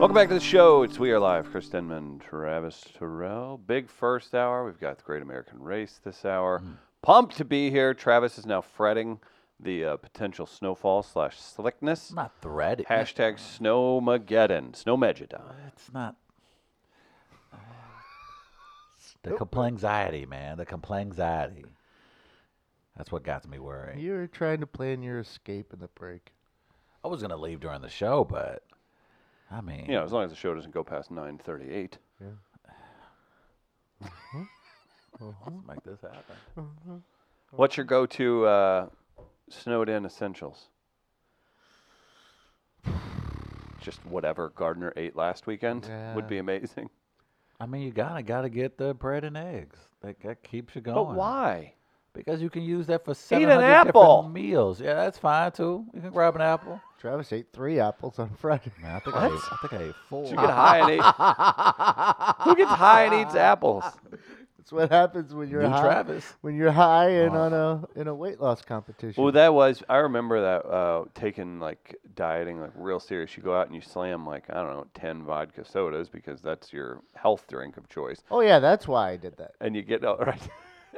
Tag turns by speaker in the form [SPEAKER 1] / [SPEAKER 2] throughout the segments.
[SPEAKER 1] Welcome back to the show. It's We Are Live. Chris Denman, Travis Terrell. Big first hour. We've got the Great American Race this hour. Pumped to be here. Travis is now fretting the uh, potential snowfall slash slickness.
[SPEAKER 2] I'm not threading.
[SPEAKER 1] Hashtag Snowmageddon. Snowmageddon.
[SPEAKER 2] It's not. The complainxiety, man. The complainxiety. That's what got me worried.
[SPEAKER 3] You were trying to plan your escape in the break.
[SPEAKER 2] I was gonna leave during the show, but I mean,
[SPEAKER 1] You know, as long as the show doesn't go past 938.
[SPEAKER 2] let's make this happen.
[SPEAKER 1] What's your go-to uh, snowed-in essentials? Just whatever Gardner ate last weekend would
[SPEAKER 3] Yeah.
[SPEAKER 1] be amazing.
[SPEAKER 2] I mean, you gotta gotta get the bread and eggs. That, that keeps you going.
[SPEAKER 1] But why?
[SPEAKER 2] Because you can use that for
[SPEAKER 1] an
[SPEAKER 2] seven hundred
[SPEAKER 1] apple.
[SPEAKER 2] different meals. Yeah, that's fine too. You can grab an apple.
[SPEAKER 3] Travis ate three apples on Friday.
[SPEAKER 2] Man, I think I, ate, I think I ate four.
[SPEAKER 1] Did you get high and eat? Who gets high and eats apples?
[SPEAKER 3] That's what happens when you're
[SPEAKER 2] New
[SPEAKER 3] high.
[SPEAKER 2] Travis.
[SPEAKER 3] When you're high and on a in a weight loss competition.
[SPEAKER 1] Well, that was I remember that uh, taking like dieting like real serious. You go out and you slam like I don't know ten vodka sodas because that's your health drink of choice.
[SPEAKER 3] oh yeah, that's why I did that.
[SPEAKER 1] and you get oh, right,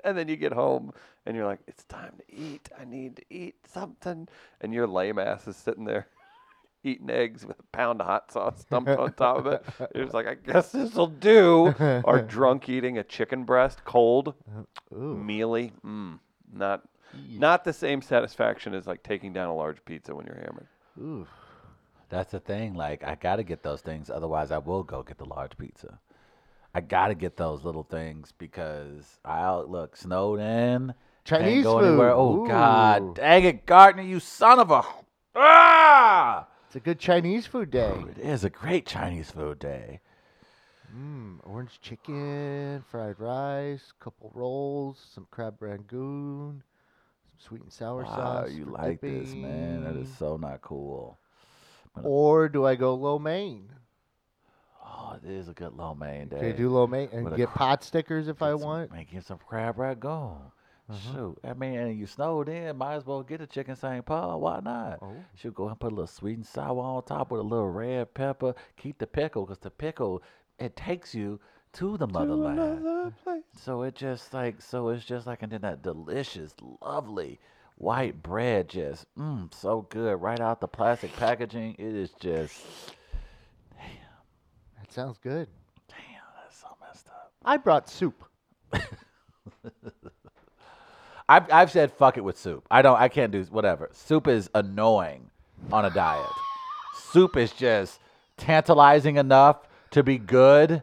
[SPEAKER 1] and then you get home and you're like, it's time to eat. I need to eat something, and your lame ass is sitting there eating eggs with a pound of hot sauce dumped on top of it. It was like, I guess this will do. Or drunk eating a chicken breast, cold,
[SPEAKER 3] Uh,
[SPEAKER 1] mealy, mm, not. Not the same satisfaction as like taking down a large pizza when you're hammered.
[SPEAKER 2] That's the thing. Like, I got to get those things. Otherwise, I will go get the large pizza. I got to get those little things because I'll look snowed in.
[SPEAKER 3] Chinese
[SPEAKER 2] can't go Anywhere.
[SPEAKER 3] food.
[SPEAKER 2] Oh,
[SPEAKER 3] Ooh.
[SPEAKER 2] God. Dang it, Gardner, you son of a. Ah!
[SPEAKER 3] It's a good Chinese food day.
[SPEAKER 2] It is a great Chinese food day.
[SPEAKER 3] Mm, orange chicken, fried rice, couple rolls, some crab rangoon, some sweet and sour
[SPEAKER 2] Wow,
[SPEAKER 3] sauce.
[SPEAKER 2] you
[SPEAKER 3] for
[SPEAKER 2] like this, man. That is
[SPEAKER 3] dipping.
[SPEAKER 2] so not cool.
[SPEAKER 3] Or do I go lo mein?
[SPEAKER 2] Oh, it is a good lo mein day.
[SPEAKER 3] Can I do lo mein and
[SPEAKER 2] With a
[SPEAKER 3] get
[SPEAKER 2] cr-
[SPEAKER 3] pot stickers if I
[SPEAKER 2] Get some-
[SPEAKER 3] want? Mm-hmm.
[SPEAKER 2] Man, get some crab ragoon. Shoot, I mean, and you snowed in, might as well get a chicken St. Paul. Why not?
[SPEAKER 3] Oh.
[SPEAKER 2] Should go and put a little sweet and sour on top with a little red pepper. Keep the pickle, cause the pickle it takes you to the motherland. So it just like so it's just like and then that delicious, lovely white bread just mm, so good right out the plastic packaging. It is just
[SPEAKER 3] That sounds good.
[SPEAKER 2] damn, that's so messed up.
[SPEAKER 3] I brought soup.
[SPEAKER 2] I've, I've said fuck it with soup. I don't. I can't do whatever. Soup is annoying on a diet. soup is just tantalizing enough to be good,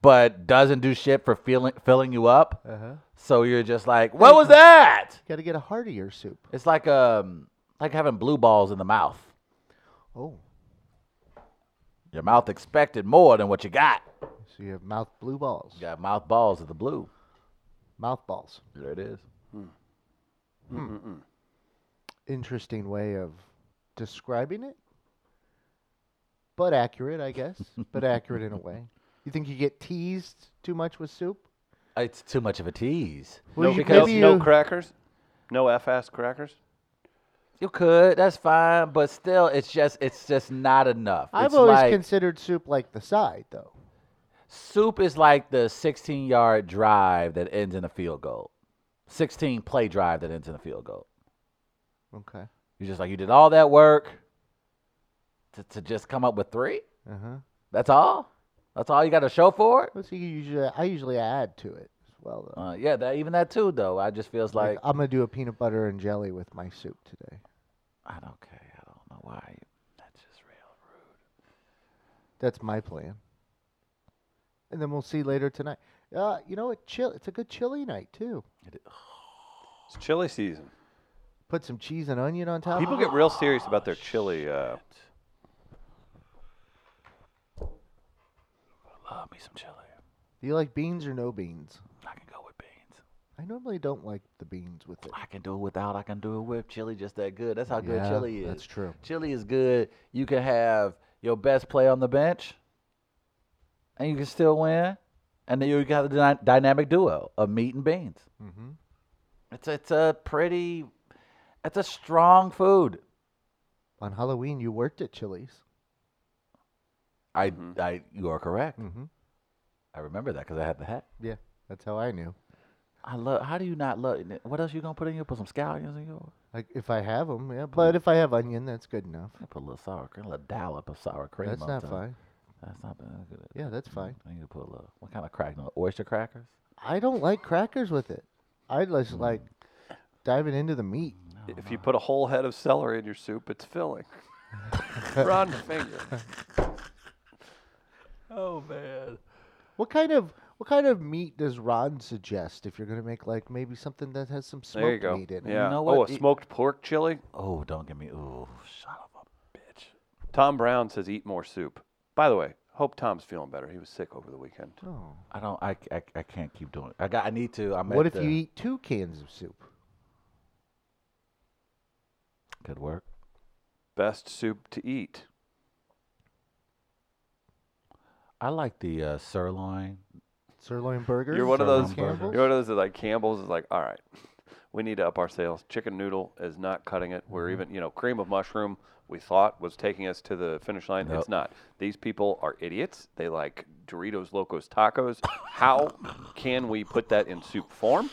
[SPEAKER 2] but doesn't do shit for feeling filling you up.
[SPEAKER 3] Uh-huh.
[SPEAKER 2] So you're just like, what was that?
[SPEAKER 3] Got to get a heartier soup.
[SPEAKER 2] It's like um like having blue balls in the mouth.
[SPEAKER 3] Oh,
[SPEAKER 2] Your mouth expected more than what you got.
[SPEAKER 3] so you have mouth blue balls.
[SPEAKER 2] You got mouth balls of the blue.
[SPEAKER 3] Mouth balls.
[SPEAKER 2] There it is.
[SPEAKER 3] Interesting way of describing it, but accurate, I guess. but accurate in a way. You think you get teased too much with soup?
[SPEAKER 2] It's too much of a tease.
[SPEAKER 3] Well,
[SPEAKER 1] no,
[SPEAKER 3] you-
[SPEAKER 1] no,
[SPEAKER 3] maybe
[SPEAKER 1] no
[SPEAKER 3] you-
[SPEAKER 1] crackers, no FS crackers.
[SPEAKER 2] You could, that's fine, but still, it's just, it's just not enough.
[SPEAKER 3] I've
[SPEAKER 2] It's
[SPEAKER 3] always
[SPEAKER 2] like,
[SPEAKER 3] considered soup like the side, though.
[SPEAKER 2] Soup is like the 16 yard drive that ends in a field goal, 16 play drive that ends in a field goal.
[SPEAKER 3] Okay.
[SPEAKER 2] You're just like, you did all that work to, to just come up with three?
[SPEAKER 3] Uh huh.
[SPEAKER 2] That's all? That's all you got to show for it?
[SPEAKER 3] Let's see. Usually, I usually add to it as well. Though.
[SPEAKER 2] Uh, yeah, that, even that too, though. I just feels like,
[SPEAKER 3] I'm gonna do a peanut butter and jelly with my soup today.
[SPEAKER 2] I don't care. I don't know why. That's just real rude.
[SPEAKER 3] That's my plan. And then we'll see later tonight. Uh, you know what? Chill. It's a good chili night too.
[SPEAKER 1] It's chili season.
[SPEAKER 3] Put some cheese and onion on top.
[SPEAKER 1] People
[SPEAKER 3] of
[SPEAKER 1] get real serious about their chili. Uh,
[SPEAKER 2] Love me some chili.
[SPEAKER 3] it. Do you like beans or no beans?
[SPEAKER 2] I can go with beans.
[SPEAKER 3] I normally don't like the beans with it.
[SPEAKER 2] I can do it without. I can do it with chili. Just that good. That's how good
[SPEAKER 3] Yeah,
[SPEAKER 2] chili is.
[SPEAKER 3] that's true.
[SPEAKER 2] Chili is good. You can have your best play on the bench, and you can still win. And then you got the dyna- dynamic duo of meat and beans.
[SPEAKER 3] Mm-hmm.
[SPEAKER 2] It's it's a pretty, it's a strong food.
[SPEAKER 3] On Halloween, you worked at Chili's.
[SPEAKER 2] I,
[SPEAKER 1] Mhm.
[SPEAKER 2] I, you are correct.
[SPEAKER 3] hmm
[SPEAKER 2] I remember that because I had the hat.
[SPEAKER 3] Yeah, that's how I knew.
[SPEAKER 2] I love. How do you not love? What else you gonna put in here? Put some scallions in yours.
[SPEAKER 3] Like if I have them, yeah. But if I have onion, that's good enough.
[SPEAKER 2] I put a little sour cream, a little dollop of sour cream.
[SPEAKER 3] That's
[SPEAKER 2] on
[SPEAKER 3] not
[SPEAKER 2] top.
[SPEAKER 3] fine.
[SPEAKER 2] That's not bad. That's good.
[SPEAKER 3] Yeah, that's fine.
[SPEAKER 2] I need to put a little. What kind of cracker? No, oyster crackers?
[SPEAKER 3] I don't like crackers with it. I
[SPEAKER 2] Mm.
[SPEAKER 3] just like diving into the meat.
[SPEAKER 1] If you put a whole head of celery in your soup, it's filling. Ron finger.
[SPEAKER 2] Oh man.
[SPEAKER 3] What kind of what kind of meat does Ron suggest if you're gonna make like maybe something that has some
[SPEAKER 1] There you
[SPEAKER 3] smoked
[SPEAKER 1] go.
[SPEAKER 3] meat in it?
[SPEAKER 1] Yeah.
[SPEAKER 2] know
[SPEAKER 1] Oh,
[SPEAKER 2] what?
[SPEAKER 1] a
[SPEAKER 2] It-
[SPEAKER 1] smoked pork chili.
[SPEAKER 2] Oh, don't give me. Oh, shut up, bitch.
[SPEAKER 1] Tom Brown says eat more soup. By the way, hope Tom's feeling better. He was sick over the weekend.
[SPEAKER 3] Oh.
[SPEAKER 2] I don't. I, c- I, c- I can't keep doing. It. I got. I need to. I'm.
[SPEAKER 3] What
[SPEAKER 2] at
[SPEAKER 3] if
[SPEAKER 2] the-
[SPEAKER 3] you eat two cans of soup?
[SPEAKER 2] Could work.
[SPEAKER 1] Best soup to eat.
[SPEAKER 2] I like the uh, sirloin.
[SPEAKER 3] Sirloin burgers.
[SPEAKER 1] You're one of
[SPEAKER 2] Sirloin
[SPEAKER 1] those.
[SPEAKER 2] burger.
[SPEAKER 1] You're
[SPEAKER 3] Campbell's?
[SPEAKER 1] one of those that like Campbell's is like, all right, we need to up our sales. Chicken noodle is not cutting it. We're
[SPEAKER 3] Mm-hmm.
[SPEAKER 1] even, you know, cream of mushroom we thought was taking us to the finish line.
[SPEAKER 2] Nope.
[SPEAKER 1] It's not. These people are idiots. They like Doritos Locos Tacos. How can we put that in soup form?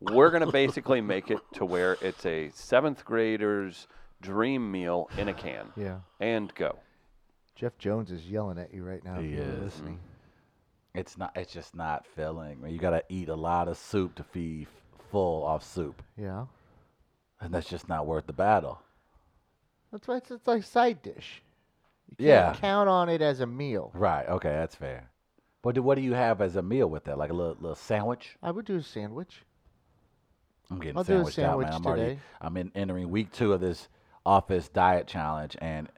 [SPEAKER 1] We're gonna basically make it to where it's a seventh grader's dream meal in a can.
[SPEAKER 3] Yeah.
[SPEAKER 1] And go.
[SPEAKER 3] Jeff Jones is yelling at you right now.
[SPEAKER 2] He
[SPEAKER 3] if you were
[SPEAKER 2] is.
[SPEAKER 3] listening.
[SPEAKER 2] It's not. It's just not filling. Man, you gotta eat a lot of soup to feed f- full off soup,
[SPEAKER 3] Yeah.
[SPEAKER 2] and that's just not worth the battle.
[SPEAKER 3] That's why it's, it's like side dish. You can't
[SPEAKER 2] Yeah.
[SPEAKER 3] count on it as a meal.
[SPEAKER 2] Right. Okay, that's fair. But do, what do you have as a meal with that? Like a little, little sandwich?
[SPEAKER 3] I would do a sandwich.
[SPEAKER 2] I'm getting
[SPEAKER 3] I'll do a
[SPEAKER 2] sandwiched out, man.
[SPEAKER 3] sandwich
[SPEAKER 2] I'm already.
[SPEAKER 3] today.
[SPEAKER 2] I'm in, entering week two of this office diet challenge, and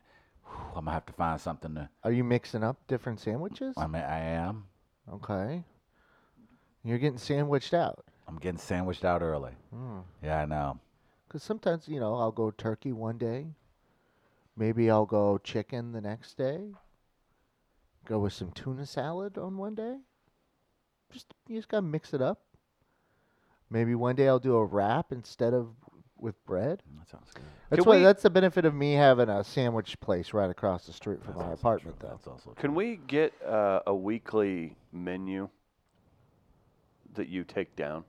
[SPEAKER 2] whew, I'm gonna have to find something to.
[SPEAKER 3] Are you mixing up different sandwiches?
[SPEAKER 2] I mean, I am.
[SPEAKER 3] Okay. You're getting sandwiched out. Hmm.
[SPEAKER 2] I'm getting sandwiched out early. Yeah, I know.
[SPEAKER 3] Because sometimes, you know, I'll go turkey one day. Maybe I'll go chicken the next day. Go with some tuna salad on one day. Just you just gotta mix it up. Maybe one day I'll do a wrap instead of with bread.
[SPEAKER 2] That sounds good.
[SPEAKER 3] That's
[SPEAKER 1] Could
[SPEAKER 3] why
[SPEAKER 1] we-
[SPEAKER 3] that's the benefit of me having a sandwich place right across the street from
[SPEAKER 2] That's
[SPEAKER 3] my
[SPEAKER 2] also
[SPEAKER 3] apartment
[SPEAKER 2] true.
[SPEAKER 3] though.
[SPEAKER 2] That's also true.
[SPEAKER 1] Can we get uh, a weekly menu that you take down?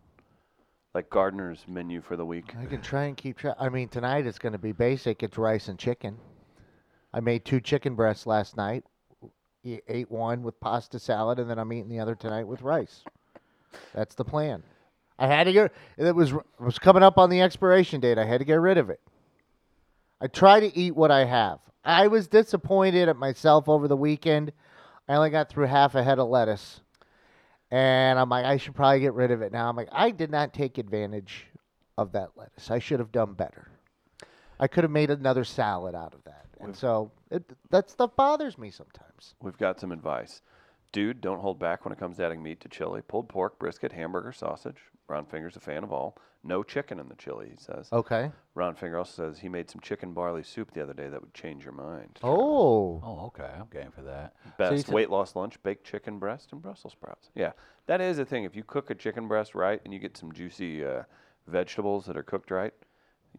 [SPEAKER 1] Like Gardner's menu for the week.
[SPEAKER 3] I can try and keep track. I mean, tonight it's going to be basic. It's rice and chicken. I made two chicken breasts last night. E- Ate one with pasta salad, and then I'm eating the other tonight with rice. That's the plan. I had to get. It was it was coming up on the expiration date. I had to get rid of it. I try to eat what I have. I was disappointed at myself over the weekend. I only got through half a head of lettuce. And I'm like, I should probably get rid of it now. I'm like, I did not take advantage of that lettuce. I should have done better. I could have made another salad out of that. And so it, that stuff bothers me sometimes.
[SPEAKER 1] We've got some advice. Dude, don't hold back when it comes to adding meat to chili. Pulled pork, brisket, hamburger, sausage. Ron Finger's a fan of all. No chicken in the chili, he says.
[SPEAKER 3] Okay.
[SPEAKER 1] Ron Finger also says he made some chicken barley soup the other day that would change your mind.
[SPEAKER 3] Oh.
[SPEAKER 2] Oh, okay. I'm game for that. So you
[SPEAKER 1] Best
[SPEAKER 2] said-
[SPEAKER 1] weight loss lunch, baked chicken breast and Brussels sprouts. Yeah, that is a thing. If you cook a chicken breast right and you get some juicy uh, vegetables that are cooked right,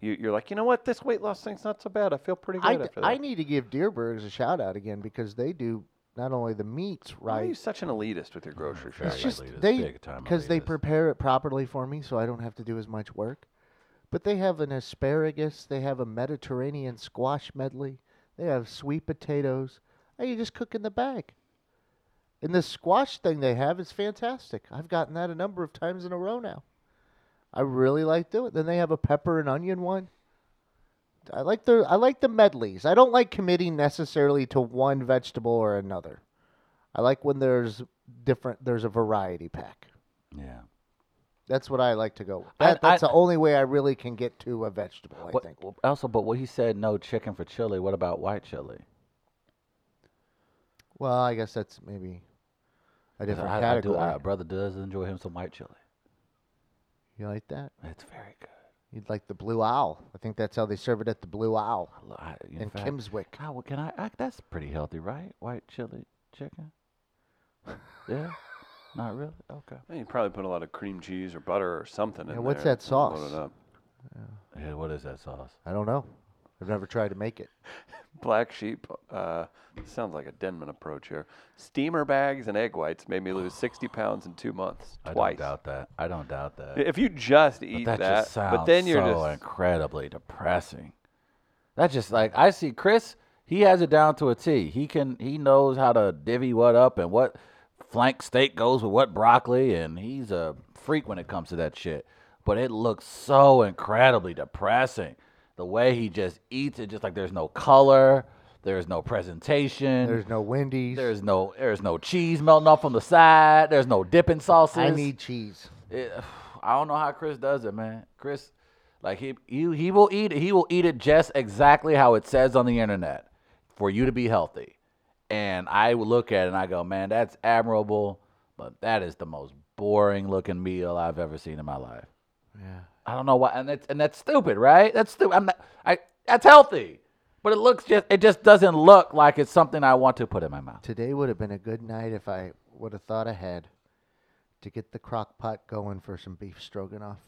[SPEAKER 1] you, you're like, you know what? This weight loss thing's not so bad. I feel pretty good
[SPEAKER 3] I, d-
[SPEAKER 1] after that.
[SPEAKER 3] I need to give Deerbergs a shout out again because they do not only the meats
[SPEAKER 1] Why are you
[SPEAKER 3] right,
[SPEAKER 1] such an elitist with your grocery shopping?
[SPEAKER 2] Very
[SPEAKER 3] it's just
[SPEAKER 2] elitist,
[SPEAKER 3] they
[SPEAKER 2] big time
[SPEAKER 3] because they
[SPEAKER 2] elitist.
[SPEAKER 3] prepare it properly for me, so I don't have to do as much work. But they have an asparagus, they have a Mediterranean squash medley, they have sweet potatoes, and you just cook in the bag. And this squash thing they have is fantastic. I've gotten that a number of times in a row now. I really like doing. it. Then they have a pepper and onion one. I like the I like the medleys. I don't like committing necessarily to one vegetable or another. I like when there's different. There's a variety pack.
[SPEAKER 2] Yeah.
[SPEAKER 3] That's what I like to go. With.
[SPEAKER 2] I-
[SPEAKER 3] That, that's
[SPEAKER 2] I-
[SPEAKER 3] the only way I really can get to a vegetable. I
[SPEAKER 2] What,
[SPEAKER 3] think.
[SPEAKER 2] well, also, but what he said, no chicken for chili. What about white chili?
[SPEAKER 3] Well, I guess that's maybe a
[SPEAKER 2] 'Cause
[SPEAKER 3] different
[SPEAKER 2] I, I do, uh,
[SPEAKER 3] category.
[SPEAKER 2] our brother does enjoy him some white chili.
[SPEAKER 3] you like that?
[SPEAKER 2] It's very good.
[SPEAKER 3] You'd like the Blue Owl. I think that's how they serve it at the Blue Owl
[SPEAKER 2] I lo- I, in
[SPEAKER 3] in
[SPEAKER 2] fact,
[SPEAKER 3] Kimswick.
[SPEAKER 2] God, well, can I? I? That's pretty healthy, right? White chili chicken. Yeah. Not really. Okay.
[SPEAKER 1] Well, You probably put a lot of cream cheese or butter or something in
[SPEAKER 3] Yeah,
[SPEAKER 1] there.
[SPEAKER 3] what's that
[SPEAKER 1] and load it
[SPEAKER 3] sauce?
[SPEAKER 1] up.
[SPEAKER 2] Yeah, what is that sauce?
[SPEAKER 3] I don't know. I've never tried to make it.
[SPEAKER 1] Black sheep. Uh, sounds like a Denman approach here. Steamer bags and egg whites made me lose 60 pounds in two months.
[SPEAKER 2] I don't
[SPEAKER 1] Twice.
[SPEAKER 2] doubt that. I don't doubt that.
[SPEAKER 1] If you just eat
[SPEAKER 2] that,
[SPEAKER 1] that,
[SPEAKER 2] just sounds
[SPEAKER 1] but then you're
[SPEAKER 2] so
[SPEAKER 1] just
[SPEAKER 2] incredibly depressing. That's just like I see Chris. He has it down to a T. He can. He knows how to divvy what up and what flank steak goes with what broccoli, and he's a freak when it comes to that shit. But it looks so incredibly depressing. The way he just eats it, just like there's no color, there's no presentation,
[SPEAKER 3] There's no Wendy's.
[SPEAKER 2] there's no there's no cheese melting off on the side, there's no dipping sauces.
[SPEAKER 3] I need cheese.
[SPEAKER 2] It, I don't know how Chris does it, man. Chris, like he, he he will eat it. He will eat it just exactly how it says on the internet for you to be healthy. And I would look at it and I go, man, that's admirable, but that is the most boring looking meal I've ever seen in my life.
[SPEAKER 3] Yeah.
[SPEAKER 2] I don't know why, and that's and that's stupid, right? That's stupid. I'm not, I that's healthy, but it looks just it just doesn't look like it's something I want to put in my mouth.
[SPEAKER 3] Today would have been a good night if I would have thought ahead to get the crock pot going for some beef stroganoff.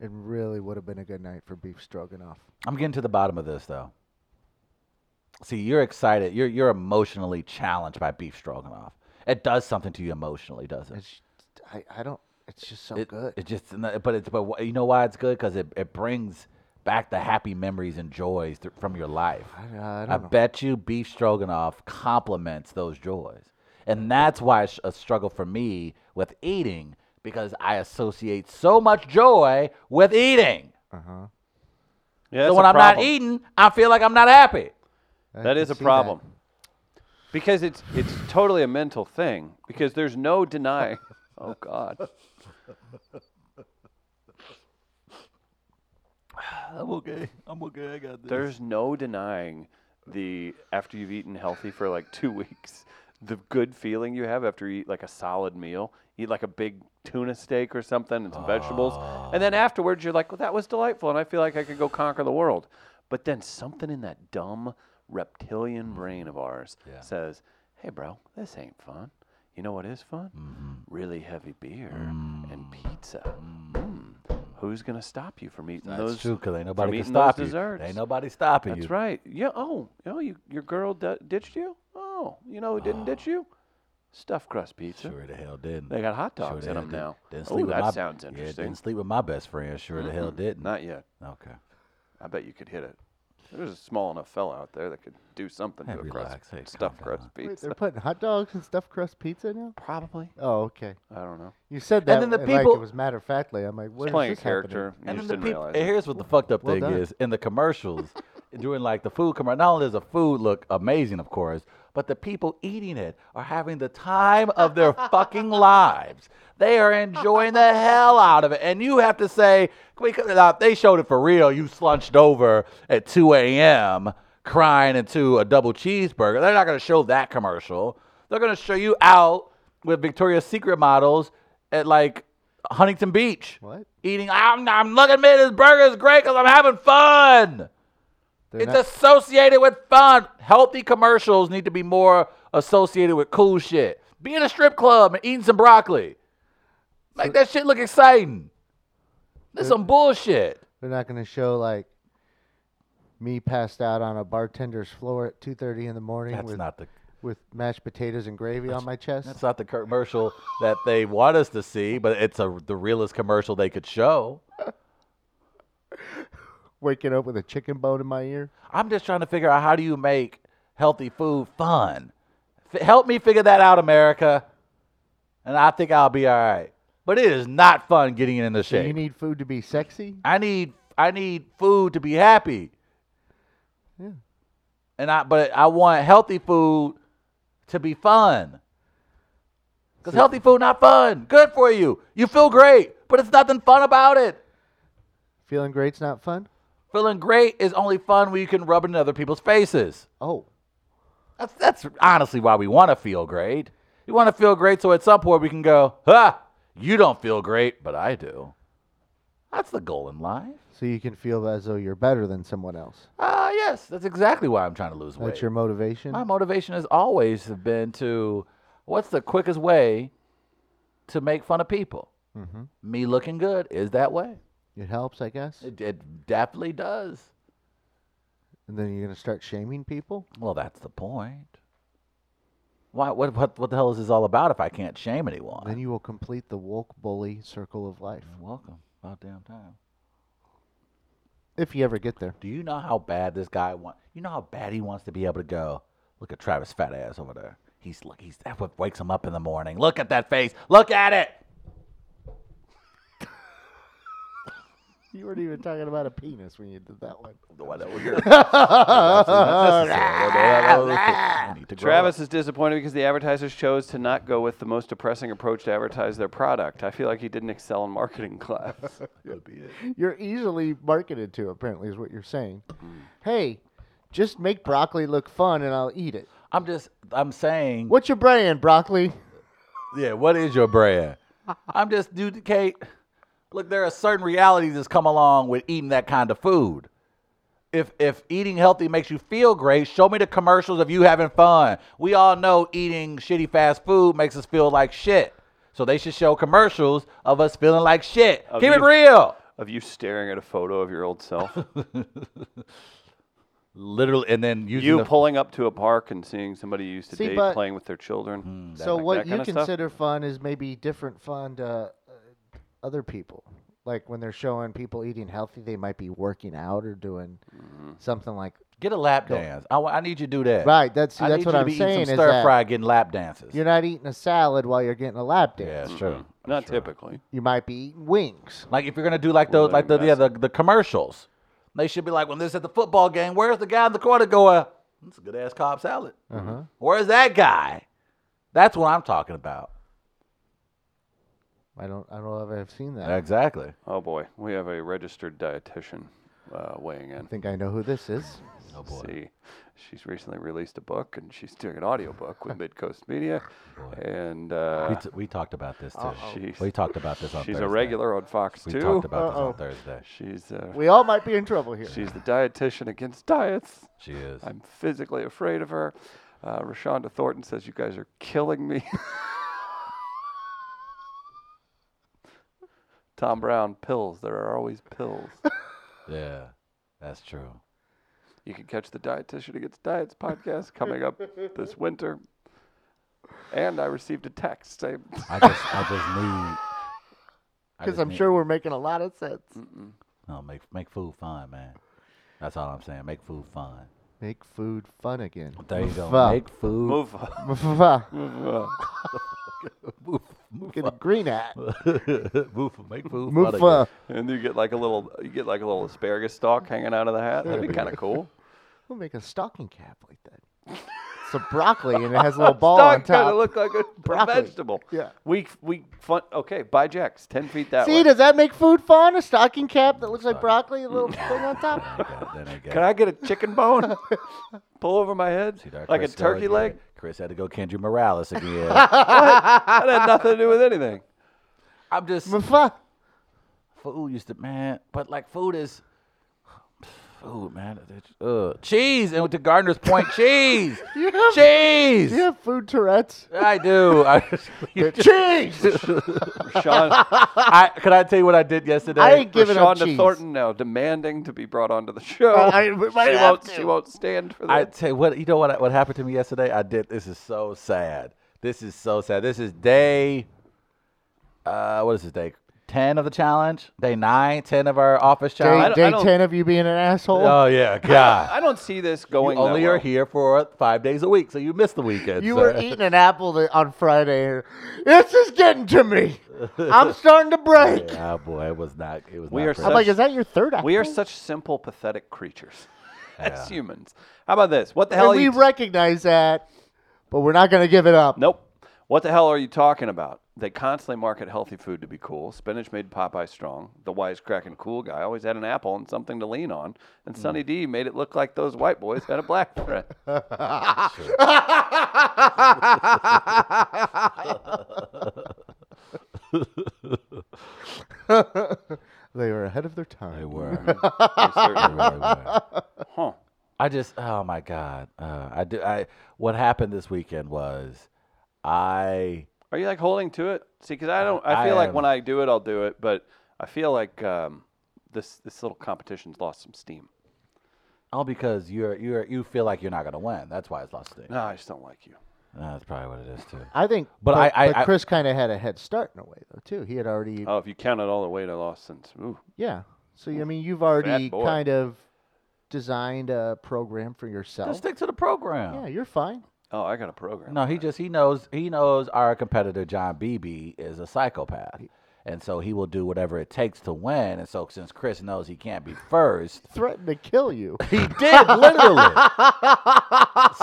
[SPEAKER 3] It really would have been a good night for beef stroganoff.
[SPEAKER 2] I'm getting to the bottom of this though. See, you're excited. You're you're emotionally challenged by beef stroganoff. It does something to you emotionally, doesn't it?
[SPEAKER 3] It's, I, I don't, it's just so
[SPEAKER 2] it,
[SPEAKER 3] good.
[SPEAKER 2] It just, no, but it's but wh- you know why it's good because it, it brings back the happy memories and joys thr- from your life.
[SPEAKER 3] I, I don't
[SPEAKER 2] I
[SPEAKER 3] know.
[SPEAKER 2] bet you beef stroganoff complements those joys. And that's why it's a struggle for me with eating because I associate so much joy with eating.
[SPEAKER 3] Uh-huh.
[SPEAKER 1] yeah.
[SPEAKER 2] so
[SPEAKER 1] that's
[SPEAKER 2] when
[SPEAKER 1] a
[SPEAKER 2] I'm not
[SPEAKER 1] problem.
[SPEAKER 2] eating, I feel like I'm not happy.
[SPEAKER 3] I
[SPEAKER 1] that
[SPEAKER 3] can
[SPEAKER 1] is a
[SPEAKER 3] see
[SPEAKER 1] problem because it's it's totally a mental thing because there's no denying. oh God,
[SPEAKER 2] I'm okay. I'm okay. I got this.
[SPEAKER 1] there's no denying the after you've eaten healthy for like two weeks, the good feeling you have after you eat like a solid meal, eat like a big tuna steak or something and some vegetables, and then afterwards you're like, well, that was delightful, and I feel like I could go conquer the world. But then something in that dumb reptilian brain of ours
[SPEAKER 2] Yeah.
[SPEAKER 1] says, hey, bro, this ain't fun. You know what is fun? Really heavy beer and pizza. Mm. Who's gonna stop you from eating
[SPEAKER 2] That's
[SPEAKER 1] those?
[SPEAKER 2] true, 'cause ain't
[SPEAKER 1] from
[SPEAKER 2] nobody can
[SPEAKER 1] eating those
[SPEAKER 2] stop you.
[SPEAKER 1] desserts?
[SPEAKER 2] Ain't nobody stopping you.
[SPEAKER 1] That's right. Yeah. Oh, oh, you, your girl d- ditched you. Oh, you know who didn't ditch you? Stuffed crust pizza.
[SPEAKER 2] Sure the hell did.
[SPEAKER 1] They got hot
[SPEAKER 2] sure
[SPEAKER 1] dogs
[SPEAKER 2] the
[SPEAKER 1] in
[SPEAKER 2] hell
[SPEAKER 1] them
[SPEAKER 2] did.
[SPEAKER 1] now.
[SPEAKER 2] Didn't sleep
[SPEAKER 1] Oh,
[SPEAKER 2] with my,
[SPEAKER 1] that sounds
[SPEAKER 2] Yeah,
[SPEAKER 1] interesting.
[SPEAKER 2] didn't sleep with my best friend. Sure the hell didn't.
[SPEAKER 1] Not yet.
[SPEAKER 2] okay.
[SPEAKER 1] I bet you could hit it. There's a small enough fella out there that could do something
[SPEAKER 2] Hey,
[SPEAKER 1] to a
[SPEAKER 2] relax.
[SPEAKER 1] crust,
[SPEAKER 2] Hey, calm
[SPEAKER 1] stuffed
[SPEAKER 2] down.
[SPEAKER 1] crust
[SPEAKER 3] That. Wait,
[SPEAKER 1] pizza.
[SPEAKER 3] they're putting hot dogs and stuffed crust pizza now?
[SPEAKER 1] Probably.
[SPEAKER 3] Oh, okay.
[SPEAKER 1] I don't know.
[SPEAKER 3] You said that,
[SPEAKER 2] then the
[SPEAKER 3] like
[SPEAKER 2] people-
[SPEAKER 3] it was matter of factly. I'm like, what is
[SPEAKER 1] Playing a
[SPEAKER 3] this happening?
[SPEAKER 1] character. And you
[SPEAKER 2] And
[SPEAKER 1] just
[SPEAKER 2] then
[SPEAKER 1] didn't
[SPEAKER 2] the people,
[SPEAKER 1] realize. it.
[SPEAKER 2] here's what the fucked up
[SPEAKER 3] well
[SPEAKER 2] thing
[SPEAKER 3] done.
[SPEAKER 2] is in the commercials during like the food commercial. Not only does the food look amazing, of course, but the people eating it are having the time of their fucking lives. They are enjoying the hell out of it, and you have to say, "We could- uh, they showed it for real." You slunched over at 2 a.m. crying into a double cheeseburger. They're not going to show that commercial. They're going to show you out with Victoria's Secret models at like Huntington Beach
[SPEAKER 3] What?
[SPEAKER 2] eating. I'm, I'm looking at me. This burger is great because I'm having fun.
[SPEAKER 3] They're
[SPEAKER 2] it's
[SPEAKER 3] not-
[SPEAKER 2] associated with fun. Healthy commercials need to be more associated with cool shit. Be in a strip club and eating some broccoli. Make that shit look exciting. That's some bullshit.
[SPEAKER 3] They're not going to show like me passed out on a bartender's floor at 2:30 in the morning with
[SPEAKER 2] the.
[SPEAKER 3] with mashed potatoes and gravy on my chest.
[SPEAKER 2] That's not the commercial that they want us to see, but it's a the realest commercial they could show.
[SPEAKER 3] Waking up with a chicken bone in my ear.
[SPEAKER 2] I'm just trying to figure out how do you make healthy food fun. F- help me figure that out, America, and I think I'll be all right. But it is not fun getting in the
[SPEAKER 3] Do you
[SPEAKER 2] shape.
[SPEAKER 3] need food to be sexy?
[SPEAKER 2] I need I need food to be happy,
[SPEAKER 3] Yeah.
[SPEAKER 2] and I but I want healthy food to be fun. Cause healthy food not fun. Good for you. You feel great, but it's nothing fun about it.
[SPEAKER 3] Feeling great's not fun?
[SPEAKER 2] Feeling great is only fun when you can rub it in other people's faces.
[SPEAKER 3] Oh.
[SPEAKER 2] That's, that's honestly why we want to feel great. We want to feel great so at some point we can go, ha, you don't feel great, but I do. That's the goal in life.
[SPEAKER 3] So you can feel as though you're better than someone else.
[SPEAKER 2] Ah, yes, that's exactly why I'm trying to lose weight.
[SPEAKER 3] That's your motivation.
[SPEAKER 2] My motivation has always have been to, what's the quickest way to make fun of people?
[SPEAKER 3] Mhm.
[SPEAKER 2] Me looking good is that way.
[SPEAKER 3] It helps, I guess.
[SPEAKER 2] It, it definitely does.
[SPEAKER 3] And then you're gonna start shaming people.
[SPEAKER 2] Well, that's the point. Why? What? What? What the hell is this all about? If I can't shame anyone,
[SPEAKER 3] Then you will complete the woke bully circle of life,
[SPEAKER 2] You're welcome. About damn time.
[SPEAKER 3] if you ever get there.
[SPEAKER 2] Do you know how bad this guy wants? You know how bad he wants to be able to go. Look at Travis' fat ass over there. He's look. He's that's what wakes him up in the morning. Look at that face. Look at it.
[SPEAKER 3] You weren't even talking about a penis when you did that one.
[SPEAKER 2] Well, that was your- that's not necessary. You need to grow
[SPEAKER 1] Travis
[SPEAKER 2] up.
[SPEAKER 1] is disappointed because the advertisers chose to not go with the most depressing approach to advertise their product. I feel like he didn't excel in marketing class.
[SPEAKER 2] Could be it.
[SPEAKER 3] You're easily marketed to, apparently, is what you're saying. Hey, just make broccoli look fun, and I'll eat it.
[SPEAKER 2] I'm just. I'm saying.
[SPEAKER 3] What's your brand, broccoli?
[SPEAKER 2] Yeah, what is your brand? I'm just, dude, Kate. Look, there are certain realities that's come along with eating that kind of food. If if eating healthy makes you feel great, show me the commercials of you having fun. We all know eating shitty fast food makes us feel like shit. So they should show commercials of us feeling like shit.
[SPEAKER 1] Of
[SPEAKER 2] Keep it
[SPEAKER 1] you-
[SPEAKER 2] real.
[SPEAKER 1] of you staring at a photo of your old self,
[SPEAKER 2] Literally, and then using
[SPEAKER 1] you
[SPEAKER 2] the-
[SPEAKER 1] pulling up to a park and seeing somebody you used to
[SPEAKER 3] See,
[SPEAKER 1] date
[SPEAKER 3] but-
[SPEAKER 1] playing with their
[SPEAKER 2] Hmm,
[SPEAKER 1] children.
[SPEAKER 3] So
[SPEAKER 1] like
[SPEAKER 3] what
[SPEAKER 1] that
[SPEAKER 3] you
[SPEAKER 1] kinda stuff?
[SPEAKER 3] consider fun is maybe different fun to uh, other people. Like when they're showing people eating healthy, they might be working out or doing
[SPEAKER 2] Mm-hmm.
[SPEAKER 3] something like
[SPEAKER 2] get a lap dance. I, wa- I need you to do that.
[SPEAKER 3] right. That's see,
[SPEAKER 2] I
[SPEAKER 3] that's
[SPEAKER 2] need
[SPEAKER 3] what
[SPEAKER 2] you
[SPEAKER 3] I'm
[SPEAKER 2] to be eating
[SPEAKER 3] saying
[SPEAKER 2] some
[SPEAKER 3] is
[SPEAKER 2] stir
[SPEAKER 3] that
[SPEAKER 2] fry, getting lap dances.
[SPEAKER 3] you're not eating a salad while you're getting a lap
[SPEAKER 2] yeah,
[SPEAKER 3] dance.
[SPEAKER 2] that's true.
[SPEAKER 1] Not
[SPEAKER 2] Sure.
[SPEAKER 1] typically.
[SPEAKER 3] You might be eating wings.
[SPEAKER 2] Like if you're gonna do like the
[SPEAKER 1] Well,
[SPEAKER 2] like the
[SPEAKER 1] then
[SPEAKER 2] yeah, the, the commercials, they should be like when this at the football game. Where's the guy in the corner going? That's a good ass cob salad.
[SPEAKER 3] Uh-huh.
[SPEAKER 2] Where's that guy? That's what I'm talking about.
[SPEAKER 3] I don't I don't know if I've seen that.
[SPEAKER 2] Exactly.
[SPEAKER 1] Oh boy, we have a registered dietitian uh, weighing in.
[SPEAKER 3] I think I know who this is.
[SPEAKER 2] Oh boy.
[SPEAKER 1] See, she's recently released a book and she's doing an audiobook with Midcoast Media, and
[SPEAKER 2] We,
[SPEAKER 1] uh,
[SPEAKER 2] t- we talked about this too.
[SPEAKER 1] she's
[SPEAKER 2] We talked about this on
[SPEAKER 1] Oh, she's
[SPEAKER 2] Thursday.
[SPEAKER 1] a regular on Fox
[SPEAKER 2] We
[SPEAKER 1] too.
[SPEAKER 2] talked about
[SPEAKER 3] Uh-oh.
[SPEAKER 2] this on Thursday.
[SPEAKER 1] She's uh,
[SPEAKER 3] We all might be in trouble here.
[SPEAKER 1] she's the dietitian against diets.
[SPEAKER 2] She is.
[SPEAKER 1] I'm physically afraid of her. Uh, Rashonda Thornton says you guys are killing me. Tom Brown pills. There are always pills.
[SPEAKER 2] Yeah, that's true.
[SPEAKER 1] You can catch the Dietitian Against Diets podcast coming up this winter. And I received a text saying,
[SPEAKER 2] I just I just need. I Mm.
[SPEAKER 3] Because
[SPEAKER 2] just
[SPEAKER 3] I'm
[SPEAKER 2] need-
[SPEAKER 3] sure we're making a lot of sense.
[SPEAKER 2] No, make make food fun, man. That's all I'm saying. Make food fun.
[SPEAKER 3] Make food fun again.
[SPEAKER 2] There you go.
[SPEAKER 3] Fuck.
[SPEAKER 2] Make food.
[SPEAKER 1] move.
[SPEAKER 3] Get
[SPEAKER 2] Move. Move.
[SPEAKER 3] a green hat.
[SPEAKER 2] move, make food.
[SPEAKER 3] Move
[SPEAKER 2] fun again.
[SPEAKER 3] fun.
[SPEAKER 1] And you get like a little, you get like a little asparagus stalk hanging out of the hat. That'd be kind of cool.
[SPEAKER 3] We'll make a stocking cap like that. It's a broccoli and it has a little ball on
[SPEAKER 1] Stalk kind of
[SPEAKER 3] top.
[SPEAKER 1] look like a, a
[SPEAKER 3] Broccoli.
[SPEAKER 1] vegetable.
[SPEAKER 3] Yeah.
[SPEAKER 1] We we fun. Okay, buy Jack's ten feet that
[SPEAKER 3] See,
[SPEAKER 1] way.
[SPEAKER 3] does that make food fun? A stocking cap that looks like broccoli, a little thing on
[SPEAKER 2] Then
[SPEAKER 3] top.
[SPEAKER 2] I got, then I got,
[SPEAKER 1] Can I get a chicken bone? Pull over my head
[SPEAKER 2] see, there,
[SPEAKER 1] like
[SPEAKER 2] Chris
[SPEAKER 1] a
[SPEAKER 2] go
[SPEAKER 1] turkey
[SPEAKER 2] again.
[SPEAKER 1] leg.
[SPEAKER 2] Chris had to go Kendrick Morales again.
[SPEAKER 1] That had nothing to do with anything.
[SPEAKER 2] I'm just
[SPEAKER 3] Mfa.
[SPEAKER 2] food used to man, but like food is food, man. It's- Ugh. Cheese and to Gardner's point, cheese,
[SPEAKER 3] You have-
[SPEAKER 2] cheese.
[SPEAKER 3] Do you have food Tourette's?
[SPEAKER 2] I do. I, just- you just-
[SPEAKER 3] Cheese!
[SPEAKER 1] Sean,
[SPEAKER 2] I could I tell you what I did yesterday?
[SPEAKER 3] I ain't giving up
[SPEAKER 1] Rashonda
[SPEAKER 3] cheese.
[SPEAKER 1] Thornton now demanding to be brought onto the show.
[SPEAKER 3] Uh, I- we might
[SPEAKER 1] she,
[SPEAKER 3] have
[SPEAKER 1] won't,
[SPEAKER 3] to.
[SPEAKER 1] she won't stand for
[SPEAKER 2] I
[SPEAKER 1] that.
[SPEAKER 2] tell you what, you know what what happened to me yesterday? I did. This is so sad. This is so sad. This is day. Uh, what is this day? Ten of the challenge. Day nine, ten of our office
[SPEAKER 3] Day,
[SPEAKER 2] challenge.
[SPEAKER 1] I
[SPEAKER 3] day
[SPEAKER 1] don't-
[SPEAKER 3] 10 of you being an asshole?
[SPEAKER 2] Oh yeah, God.
[SPEAKER 1] I, don't see this
[SPEAKER 2] You
[SPEAKER 1] going. that
[SPEAKER 2] only are
[SPEAKER 1] well.
[SPEAKER 2] here for five days a week, so you missed the weekend.
[SPEAKER 3] you
[SPEAKER 1] uh,
[SPEAKER 2] sir.
[SPEAKER 3] were eating an apple the, on Friday. and This is getting to me. I'm starting to break.
[SPEAKER 2] Yeah, boy, it was not. It was.
[SPEAKER 1] We
[SPEAKER 2] not
[SPEAKER 1] are
[SPEAKER 2] pretty.
[SPEAKER 3] I'm
[SPEAKER 1] such-
[SPEAKER 3] like, is that your third apple?
[SPEAKER 1] We are such simple, pathetic creatures
[SPEAKER 2] Yeah.
[SPEAKER 1] as humans. How about this? What the
[SPEAKER 3] And
[SPEAKER 1] hell?
[SPEAKER 3] we
[SPEAKER 1] you
[SPEAKER 3] recognize that, but we're not going to give it up.
[SPEAKER 1] Nope. What the hell are you talking about? They constantly market healthy food to be cool. Spinach made Popeye strong. The wisecracking cool guy always had an apple and something to lean on. And Sonny D made it look like those white boys had a black friend.
[SPEAKER 3] They were ahead of their
[SPEAKER 2] They
[SPEAKER 3] time.
[SPEAKER 2] were.
[SPEAKER 1] They certainly were.
[SPEAKER 2] They were.
[SPEAKER 1] Huh.
[SPEAKER 2] I just oh my god. Uh, I do. I what happened this weekend was I.
[SPEAKER 1] Are you like holding to it? See, because I don't. I feel
[SPEAKER 2] I
[SPEAKER 1] like
[SPEAKER 2] am.
[SPEAKER 1] when I do it, I'll do it. But I feel like um, this this little competition's lost some steam.
[SPEAKER 2] All oh, because you're you're you feel like you're not gonna win. That's why it's lost
[SPEAKER 1] No, I just don't like you.
[SPEAKER 2] that's probably what it is too.
[SPEAKER 3] I think,
[SPEAKER 2] But I- I- I-
[SPEAKER 3] Chris kind of had a head start in a way though too. He had already,
[SPEAKER 1] Oh, if you count it all the way to Lawson's, ooh,
[SPEAKER 3] yeah. So I mean, you've already
[SPEAKER 1] boy.
[SPEAKER 3] kind of designed a program for yourself.
[SPEAKER 2] Just stick to the program.
[SPEAKER 3] yeah, you're fine.
[SPEAKER 1] oh, I got a program.
[SPEAKER 2] No, he just he knows he knows our competitor John Beebe is a psychopath, and so he will do whatever it takes to win. And so since Chris knows he can't be first,
[SPEAKER 3] Threatened to kill you.
[SPEAKER 2] he did literally.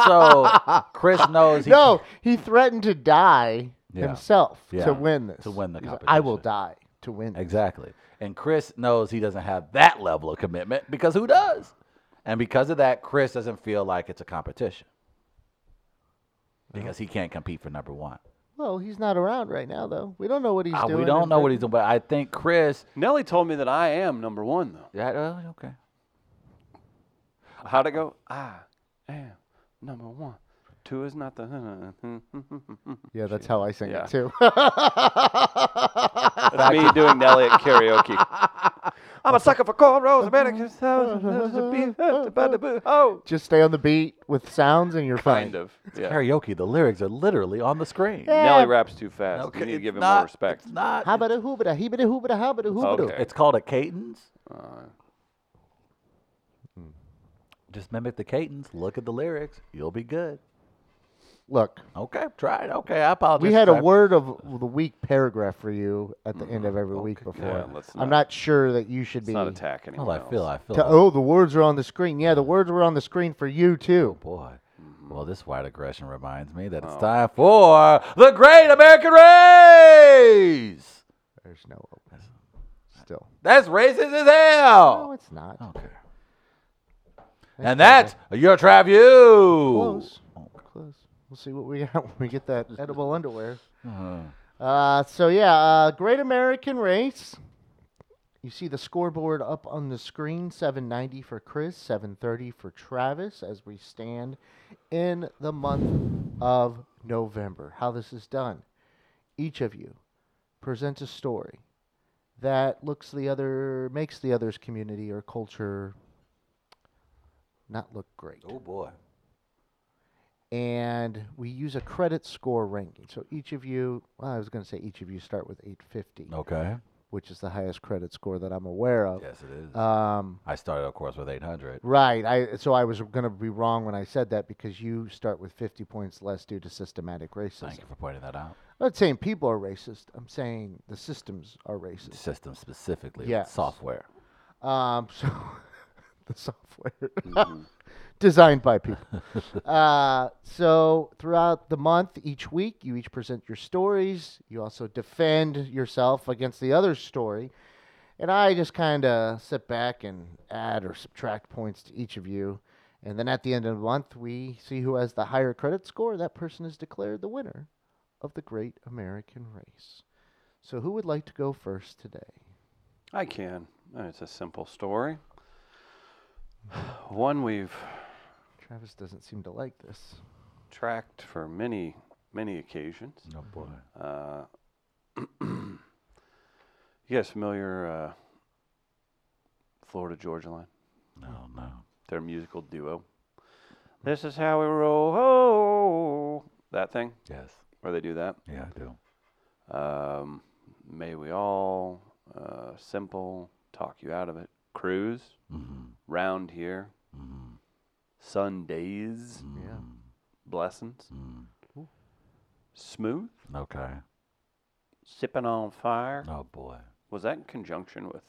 [SPEAKER 2] so Chris knows he
[SPEAKER 3] no, he threatened to die
[SPEAKER 2] Yeah.
[SPEAKER 3] himself
[SPEAKER 2] Yeah.
[SPEAKER 3] to win this.
[SPEAKER 2] To win the
[SPEAKER 3] He's like, I will
[SPEAKER 2] competition."
[SPEAKER 3] die to win. this."
[SPEAKER 2] Exactly. And Chris knows he doesn't have that level of commitment because who does? And because of that, Chris doesn't feel like it's a competition because he can't compete for number one.
[SPEAKER 3] Well, he's not around right now though. We don't know what he's
[SPEAKER 2] Ah,
[SPEAKER 3] doing.
[SPEAKER 2] we don't
[SPEAKER 3] in
[SPEAKER 2] know what
[SPEAKER 3] Britain.
[SPEAKER 2] he's doing, but I think Chris.
[SPEAKER 1] Nelly told me that I am number one though.
[SPEAKER 2] Yeah, uh, okay.
[SPEAKER 1] How'd it go? I am number one. Two is not the.
[SPEAKER 3] Yeah, that's how I sing
[SPEAKER 1] Yeah.
[SPEAKER 3] it too.
[SPEAKER 1] That's me doing Nelly at karaoke. I'm a sucker for cornrows, American Oh,
[SPEAKER 3] Just stay on the beat with sounds and you're fine.
[SPEAKER 1] kind of. Yeah.
[SPEAKER 2] Karaoke, the lyrics are literally on the screen.
[SPEAKER 3] Yeah.
[SPEAKER 1] Nelly raps too fast.
[SPEAKER 2] Okay,
[SPEAKER 1] you need to
[SPEAKER 2] it's
[SPEAKER 1] give him
[SPEAKER 2] not-
[SPEAKER 1] more respect.
[SPEAKER 2] It's not.
[SPEAKER 3] How about a hoobada, he bada hoobada, how about a hoobada.
[SPEAKER 1] Okay.
[SPEAKER 2] It's called a cadence. Hmm.
[SPEAKER 1] Uh,
[SPEAKER 2] Just mimic the cadence. Look at the lyrics. You'll be good.
[SPEAKER 3] Look,
[SPEAKER 2] Okay, try it. Okay, I apologize.
[SPEAKER 3] we had a
[SPEAKER 2] Try-
[SPEAKER 3] word of the week paragraph for you at the end of every week
[SPEAKER 2] Okay.
[SPEAKER 3] before.
[SPEAKER 1] Mm-hmm. Yeah, let's
[SPEAKER 3] I'm
[SPEAKER 1] not-
[SPEAKER 3] not sure that you should
[SPEAKER 1] it's
[SPEAKER 3] be.
[SPEAKER 1] not attack anyone
[SPEAKER 2] Well, I feel.
[SPEAKER 1] else.
[SPEAKER 2] I feel.
[SPEAKER 3] to, oh, the words are on the screen. Yeah, the words were on the screen for you too.
[SPEAKER 2] Boy.
[SPEAKER 1] Mm-hmm.
[SPEAKER 2] Well, this white aggression reminds me that it's
[SPEAKER 1] Oh.
[SPEAKER 2] time for the Great American Race.
[SPEAKER 3] There's no open. Still.
[SPEAKER 2] That's racist as hell.
[SPEAKER 3] No, it's not.
[SPEAKER 1] Oh.
[SPEAKER 2] Okay. And that's your trap you.
[SPEAKER 3] Close. Close. We'll see what we got when we get that edible underwear.
[SPEAKER 2] Uh-huh.
[SPEAKER 3] Uh, so yeah, uh, Great American Race. You see the scoreboard up on the screen: 790 for Chris, 730 for Travis. As we stand in the month of November, how this is done? Each of you presents a story that looks the other, makes the other's community or culture not look great
[SPEAKER 2] Oh boy.
[SPEAKER 3] and we use a credit score ranking. So each of you, well, I was going to say each of you start with 850,
[SPEAKER 2] Okay.
[SPEAKER 3] which is the highest credit score that I'm aware of.
[SPEAKER 2] Yes, it is.
[SPEAKER 3] Um,
[SPEAKER 2] I started, of course, with 800.
[SPEAKER 3] right. I so I was going to be wrong when I said that because you start with 50 points less due to systematic racism.
[SPEAKER 2] Thank you for pointing that out.
[SPEAKER 3] I'm not saying people are racist. I'm saying the systems are racist.
[SPEAKER 2] System specifically. with
[SPEAKER 3] Yes.
[SPEAKER 2] Software.
[SPEAKER 3] Um, so the software designed by people. uh, so throughout the month, each week, you each present your stories. You also defend yourself against the other story. And I just kind of sit back and add or subtract points to each of you. And then at the end of the month, we see who has the higher credit score. That person is declared the winner of the great American race. So, who would like to go first today?
[SPEAKER 1] I can. Uh, It's a simple story. One we've
[SPEAKER 3] Travis doesn't seem to like this.
[SPEAKER 1] tracked for many, many occasions.
[SPEAKER 2] Oh boy.
[SPEAKER 1] Uh, you guys familiar uh, Florida Georgia Line?
[SPEAKER 2] No, no.
[SPEAKER 1] Their musical duo. This is how we roll. Oh, that thing
[SPEAKER 2] Yes.
[SPEAKER 1] where they do that.
[SPEAKER 2] Yeah, I do.
[SPEAKER 1] Um, may we all uh, simple talk you out of it. Cruise
[SPEAKER 2] Mhm.
[SPEAKER 1] round here.
[SPEAKER 2] Mhm.
[SPEAKER 1] Sundays
[SPEAKER 2] Mm.
[SPEAKER 1] blessings.
[SPEAKER 2] Mm.
[SPEAKER 1] Smooth
[SPEAKER 2] Okay.
[SPEAKER 1] sipping on fire.
[SPEAKER 2] Oh boy.
[SPEAKER 1] Was that in conjunction with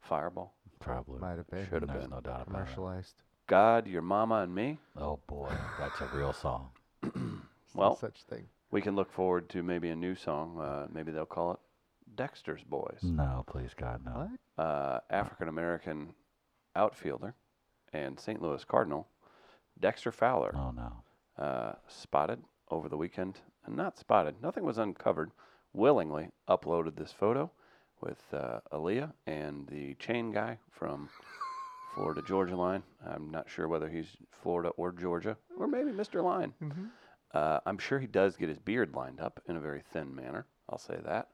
[SPEAKER 1] Fireball?
[SPEAKER 2] Probably.
[SPEAKER 3] Might have been.
[SPEAKER 1] Should have
[SPEAKER 2] There's
[SPEAKER 1] been.
[SPEAKER 2] no doubt about it.
[SPEAKER 3] commercialized.
[SPEAKER 1] God, your mama, and me.
[SPEAKER 2] Oh boy, that's a real song.
[SPEAKER 3] It's no
[SPEAKER 1] Well-
[SPEAKER 3] such thing.
[SPEAKER 1] We can look forward to maybe a new song. Uh, maybe they'll call it Dexter's Boys.
[SPEAKER 2] No, please God, no.
[SPEAKER 3] What?
[SPEAKER 1] Uh, African American outfielder and St. Louis Cardinal, Dexter Fowler,
[SPEAKER 2] Oh no.
[SPEAKER 1] uh, spotted over the weekend. Not spotted, nothing was uncovered. Willingly uploaded this photo with uh, Aaliyah and the chain guy from Florida Georgia Line. I'm not sure whether he's Florida or Georgia, or maybe Mr. Line. Uh, I'm sure he does get his
[SPEAKER 3] Mm-hmm.
[SPEAKER 1] beard lined up in a very thin manner. I'll say that.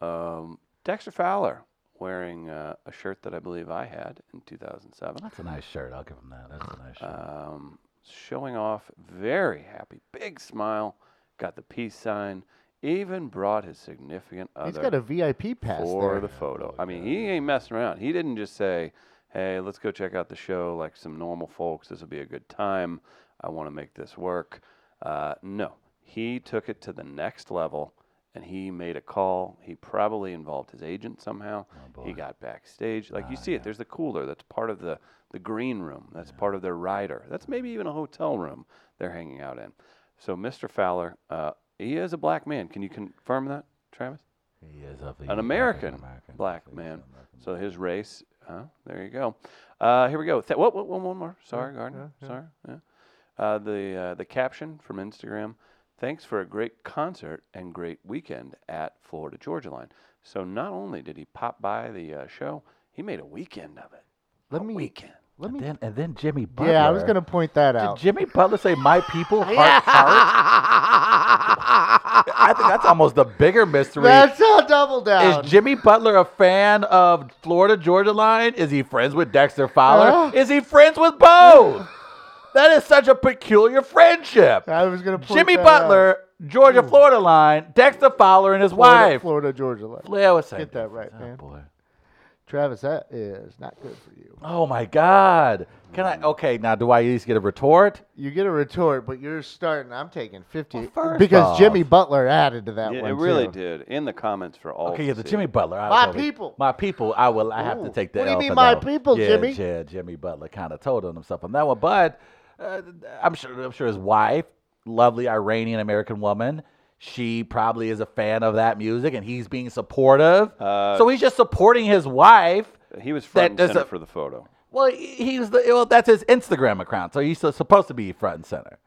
[SPEAKER 1] Um, Dexter Fowler wearing uh, a shirt that I believe I had in 2007,
[SPEAKER 2] That's a nice shirt. I'll give him that. That's a nice shirt.
[SPEAKER 1] um, showing off, very happy, big smile, got the peace sign, even brought his significant
[SPEAKER 2] uh,
[SPEAKER 1] other
[SPEAKER 3] He's got a VIP pass
[SPEAKER 1] for
[SPEAKER 3] there.
[SPEAKER 1] the photo. I mean, he ain't messing around. He didn't just say, "Hey, let's go check out the show like some normal folks. This will be a good time. I want to make this work." Uh, no, he took it to the next level, and he made a call. He probably involved his agent somehow.
[SPEAKER 3] Oh,
[SPEAKER 1] he got backstage. Like
[SPEAKER 3] Ah,
[SPEAKER 1] you see it. There's the cooler. That's part of the the green room. That's part of their rider. That's maybe even a hotel room they're hanging out in. So, Mr. Fowler, uh, he is a black man. Can you confirm that, Travis?
[SPEAKER 2] he is of the
[SPEAKER 1] an American
[SPEAKER 2] African-American.
[SPEAKER 1] black
[SPEAKER 2] He's
[SPEAKER 1] man.
[SPEAKER 2] American.
[SPEAKER 1] So his race. Huh? There you go. Uh, here we go. Th- what, what, one, one more. Sorry, Gardner. Sorry. Yeah. Uh, the uh, the caption from Instagram. Thanks for a great concert and great weekend at Florida Georgia Line. So not only did he pop by the uh, show, he made a weekend of it.
[SPEAKER 3] Let
[SPEAKER 1] A
[SPEAKER 3] me.
[SPEAKER 1] weekend.
[SPEAKER 3] Let me.
[SPEAKER 2] And then, and then Jimmy Butler.
[SPEAKER 3] yeah, I was gonna point that
[SPEAKER 2] Did
[SPEAKER 3] out.
[SPEAKER 2] Jimmy Butler say my people heart heart? I think that's almost the bigger mystery.
[SPEAKER 3] That's a double down.
[SPEAKER 2] is Jimmy Butler a fan of Florida Georgia Line? Is he friends with Dexter Fowler?
[SPEAKER 3] Yeah.
[SPEAKER 2] Is he friends with both? that is such a peculiar friendship.
[SPEAKER 3] I was gonna point
[SPEAKER 2] Jimmy
[SPEAKER 3] that out.
[SPEAKER 2] Butler, Georgia Florida Line, Dexter Fowler and his
[SPEAKER 3] Florida,
[SPEAKER 2] wife.
[SPEAKER 3] Florida, Georgia. Line.
[SPEAKER 2] Yeah, what's that?
[SPEAKER 3] Get that right,
[SPEAKER 2] oh,
[SPEAKER 3] man.
[SPEAKER 2] Boy.
[SPEAKER 3] Travis, that is not good for you.
[SPEAKER 2] Oh my God. Can
[SPEAKER 3] Mm.
[SPEAKER 2] I? Okay, now do I at least get a retort?
[SPEAKER 3] You get a retort, but you're starting. I'm taking fifty
[SPEAKER 2] Well, first
[SPEAKER 3] because
[SPEAKER 2] off-
[SPEAKER 3] Jimmy Butler added to that
[SPEAKER 1] Yeah,
[SPEAKER 3] one.
[SPEAKER 1] it really
[SPEAKER 3] too.
[SPEAKER 1] did. In the comments for all.
[SPEAKER 2] Okay,
[SPEAKER 1] to
[SPEAKER 2] yeah, the
[SPEAKER 1] see.
[SPEAKER 2] Jimmy Butler. I
[SPEAKER 3] Oh, My
[SPEAKER 2] probably-
[SPEAKER 3] people.
[SPEAKER 2] My people. I will. I have to
[SPEAKER 3] Ooh.
[SPEAKER 2] take the.
[SPEAKER 3] What do you
[SPEAKER 2] L
[SPEAKER 3] mean,
[SPEAKER 2] for
[SPEAKER 3] my
[SPEAKER 2] that one.
[SPEAKER 3] people,
[SPEAKER 2] yeah,
[SPEAKER 3] Jimmy?
[SPEAKER 2] Yeah, Jimmy Butler kind of told on himself on that one, but uh, I'm sure. I'm sure his wife, lovely Iranian American woman, she probably is a fan of that music, and he's being supportive.
[SPEAKER 1] Uh,
[SPEAKER 2] so he's just supporting his wife.
[SPEAKER 1] He was
[SPEAKER 2] That
[SPEAKER 1] front and
[SPEAKER 2] does
[SPEAKER 1] center
[SPEAKER 2] a-
[SPEAKER 1] for the photo.
[SPEAKER 2] Well, he- he's the. Well, that's his Instagram account, so he's su- supposed to be front and center.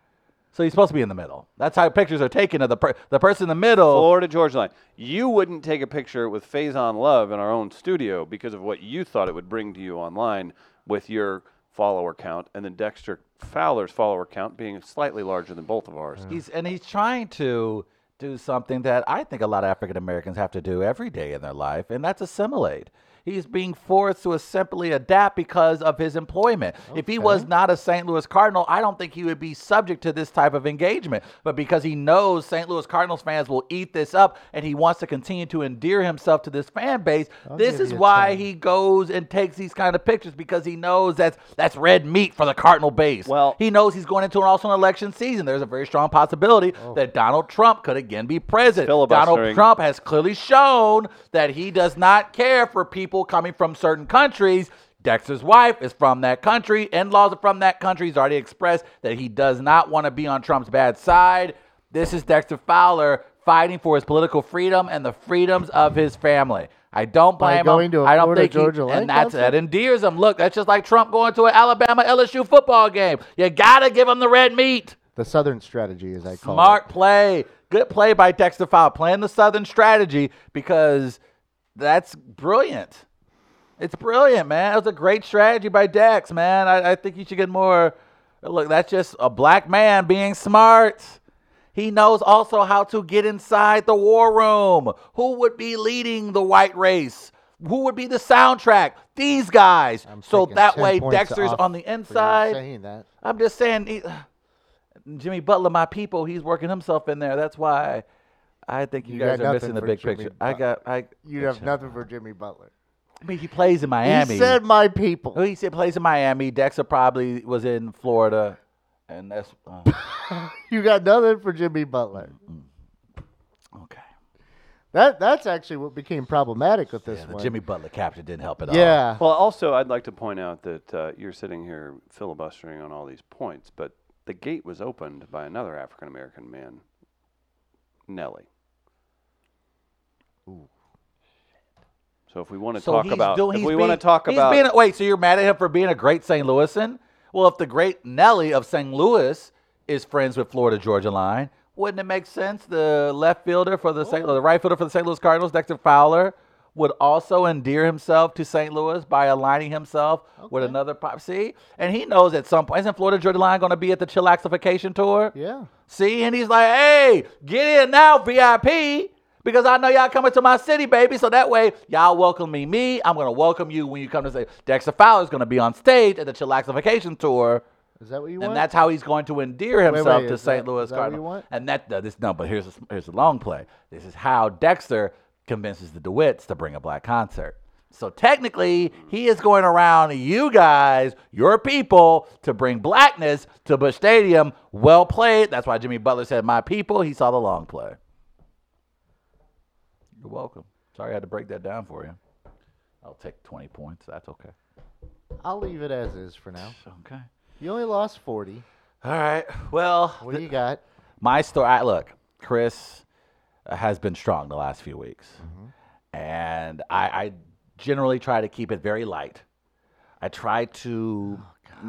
[SPEAKER 2] So he's supposed to be in the middle. That's how pictures are taken of the per- the person in the middle.
[SPEAKER 1] Florida Georgia Line. You wouldn't take a picture with Faison Love in our own studio because of what you thought it would bring to you online with your follower count, and then Dexter Fowler's follower count being slightly larger than both of ours.
[SPEAKER 2] He's and he's trying to do something that I think a lot of African Americans have to do every day in their life, and that's assimilate. He's being forced to simply adapt because of his employment. If he was not a St. Louis Cardinal, I don't think he would be subject to this type of engagement. But because he knows St. Louis Cardinals fans will eat this up and he wants to continue to endear himself to this fan base, this
[SPEAKER 3] give
[SPEAKER 2] is
[SPEAKER 3] you a
[SPEAKER 2] why
[SPEAKER 3] ten.
[SPEAKER 2] he goes and takes these kind of pictures because he knows that's that's red meat for the Cardinal base.
[SPEAKER 1] Well-
[SPEAKER 2] he knows he's going into an also an election season. There's a very strong possibility that Donald Trump could again be president. Donald
[SPEAKER 1] Oh. Filibustering.
[SPEAKER 2] Trump has clearly shown that he does not care for people coming from certain countries. Dexter's wife is from that country. In laws are from that country. He's already expressed that he does not want to be on Trump's bad side. This is Dexter Fowler fighting for his political freedom and the freedoms of his family. I don't
[SPEAKER 3] By
[SPEAKER 2] blame
[SPEAKER 3] going
[SPEAKER 2] him.
[SPEAKER 3] to a
[SPEAKER 2] I don't
[SPEAKER 3] Florida
[SPEAKER 2] think he-
[SPEAKER 3] Georgia Line
[SPEAKER 2] and that's
[SPEAKER 3] concert?
[SPEAKER 2] that endears him. Look, that's just like Trump going to an Alabama LSU football game. You gotta give him the red meat.
[SPEAKER 3] The Southern strategy, as I call
[SPEAKER 2] Smart play. Good play by Dexter Fowler. Playing the Southern strategy because that's brilliant. It's brilliant, man. It was a great strategy by Dex, man. I, I think you should get more. Look, that's just a black man being smart. He knows also how to get inside the war room. Who would be leading the white race? Who would be the soundtrack? These guys.
[SPEAKER 3] it. I'm
[SPEAKER 2] so
[SPEAKER 3] taking
[SPEAKER 2] that
[SPEAKER 3] 10
[SPEAKER 2] way,
[SPEAKER 3] points
[SPEAKER 2] Dexter's
[SPEAKER 3] off
[SPEAKER 2] on the
[SPEAKER 3] for you
[SPEAKER 2] inside.
[SPEAKER 3] Saying that.
[SPEAKER 2] I'm just saying, he, Jimmy Butler, my people, he's working himself in there. That's why I think you,
[SPEAKER 3] You
[SPEAKER 2] guys
[SPEAKER 3] got
[SPEAKER 2] are
[SPEAKER 3] nothing
[SPEAKER 2] missing the
[SPEAKER 3] for
[SPEAKER 2] big
[SPEAKER 3] Jimmy
[SPEAKER 2] picture. I
[SPEAKER 3] Butler.
[SPEAKER 2] got, I.
[SPEAKER 3] You have nothing for Jimmy Butler.
[SPEAKER 2] I mean, he plays in Miami.
[SPEAKER 3] He said my
[SPEAKER 2] Oh,
[SPEAKER 3] people.
[SPEAKER 2] he said plays in Miami. Dexter probably was in Florida, and that's uh,
[SPEAKER 3] You got nothing for Jimmy Butler.
[SPEAKER 2] okay.
[SPEAKER 3] That that's actually what became problematic with this
[SPEAKER 2] Yeah, the
[SPEAKER 3] one.
[SPEAKER 2] Jimmy Butler capture didn't help at all.
[SPEAKER 3] yeah.
[SPEAKER 1] Well, also, I'd like to point out that uh, you're sitting here filibustering on all these points, but the gate was opened by another African American man, Nelly. So if we want to
[SPEAKER 2] So
[SPEAKER 1] talk
[SPEAKER 2] he's
[SPEAKER 1] about,
[SPEAKER 2] doing.
[SPEAKER 1] if
[SPEAKER 2] he's
[SPEAKER 1] we want to
[SPEAKER 2] being-
[SPEAKER 1] talk
[SPEAKER 2] he's
[SPEAKER 1] about,
[SPEAKER 2] being a- wait, so you're mad at him for being a great St. Louisan? Well, if the great Nelly of St. Louis is friends with Florida Georgia Line, wouldn't it make sense the left fielder for the
[SPEAKER 1] Oh.
[SPEAKER 2] St. Louis, the right fielder for the St. Louis Cardinals, Dexter Fowler, would also endear himself to St. Louis by aligning himself with another pop? See, and he knows at some point isn't Florida Georgia Line going to be at the Chillaxification tour?
[SPEAKER 3] Yeah.
[SPEAKER 2] See, and he's like, hey, get in now, VIP, because I know y'all coming to my city, baby. So that way, y'all welcoming me. I'm gonna welcome you when you come to say Dexter Fowler's gonna be on stage at the Chillaxification tour.
[SPEAKER 3] Is that what you want?
[SPEAKER 2] And that's how he's going to endear himself
[SPEAKER 3] wait,
[SPEAKER 2] to
[SPEAKER 3] is
[SPEAKER 2] St.
[SPEAKER 3] that-
[SPEAKER 2] Louis
[SPEAKER 3] is that what you
[SPEAKER 2] Cardinals.
[SPEAKER 3] want?
[SPEAKER 2] And that uh, this no, but here's a, here's a long play. This is how Dexter convinces the DeWitts to bring a black concert. So technically, he is going around you guys, your people, to bring blackness to Bush Stadium. Well played. That's why Jimmy Butler said, "My people." He saw the long play. You're welcome. Sorry, I had to break that down for you. I'll take 20 points. That's okay.
[SPEAKER 3] I'll leave it as is for now.
[SPEAKER 2] Okay.
[SPEAKER 3] You only lost 40.
[SPEAKER 2] All right. Well,
[SPEAKER 3] What do you got?
[SPEAKER 2] my story. I, look, Chris uh, has been strong the last few weeks,
[SPEAKER 1] Mm-hmm.
[SPEAKER 2] and I, I generally try to keep it very light. I try to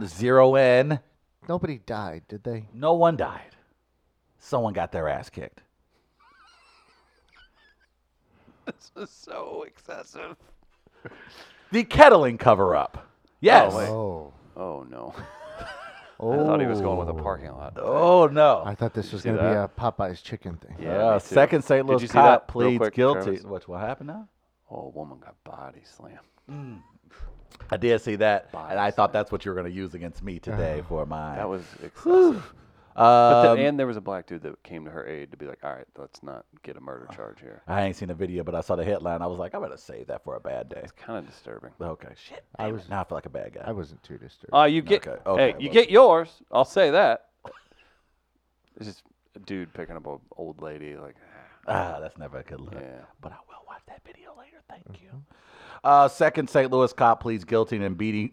[SPEAKER 1] Oh,
[SPEAKER 2] zero in.
[SPEAKER 3] Nobody died, did they?
[SPEAKER 2] No one died. Someone got their ass kicked.
[SPEAKER 1] This is so excessive.
[SPEAKER 2] The kettling cover up. Yes.
[SPEAKER 1] wait.
[SPEAKER 2] Oh,
[SPEAKER 3] Oh.
[SPEAKER 1] Oh no!
[SPEAKER 3] oh.
[SPEAKER 1] I thought he was going with a parking lot.
[SPEAKER 2] Oh, no.
[SPEAKER 3] I thought this was
[SPEAKER 1] see
[SPEAKER 3] going to be a
[SPEAKER 1] that?
[SPEAKER 3] Popeye's chicken thing.
[SPEAKER 1] Yeah.
[SPEAKER 2] Uh,
[SPEAKER 1] me too.
[SPEAKER 2] second St.
[SPEAKER 1] Did
[SPEAKER 2] Louis
[SPEAKER 1] you see that
[SPEAKER 2] cop
[SPEAKER 1] real
[SPEAKER 2] pleads
[SPEAKER 1] quick,
[SPEAKER 2] guilty.
[SPEAKER 1] Travis?
[SPEAKER 2] Which will happen now?
[SPEAKER 1] Oh, a woman got body slammed.
[SPEAKER 2] I did see that, and I
[SPEAKER 1] Bias.
[SPEAKER 2] thought that's what you were going to use against me today for mine.
[SPEAKER 1] That was excessive. But the-
[SPEAKER 2] Um,
[SPEAKER 1] and there was a black dude that came to her aid to be like, "All right, let's not get a murder charge here."
[SPEAKER 2] I ain't seen the video, but I saw the headline. I was like, I'm gonna save that for a bad day.
[SPEAKER 1] It's kind of disturbing.
[SPEAKER 2] Okay, shit.
[SPEAKER 3] I
[SPEAKER 2] I
[SPEAKER 3] was-
[SPEAKER 2] was now I feel like a bad guy.
[SPEAKER 3] I wasn't too disturbed.
[SPEAKER 2] Uh,
[SPEAKER 1] Oh, you get
[SPEAKER 2] Okay, okay,
[SPEAKER 1] hey, you
[SPEAKER 2] well-
[SPEAKER 1] get yours. I'll say that. It's just a dude picking up an old lady. Like,
[SPEAKER 2] ah, that's never a good look.
[SPEAKER 1] Yeah.
[SPEAKER 2] But I will watch that video later. Thank you. Uh, second St. Louis cop pleads guilty in beating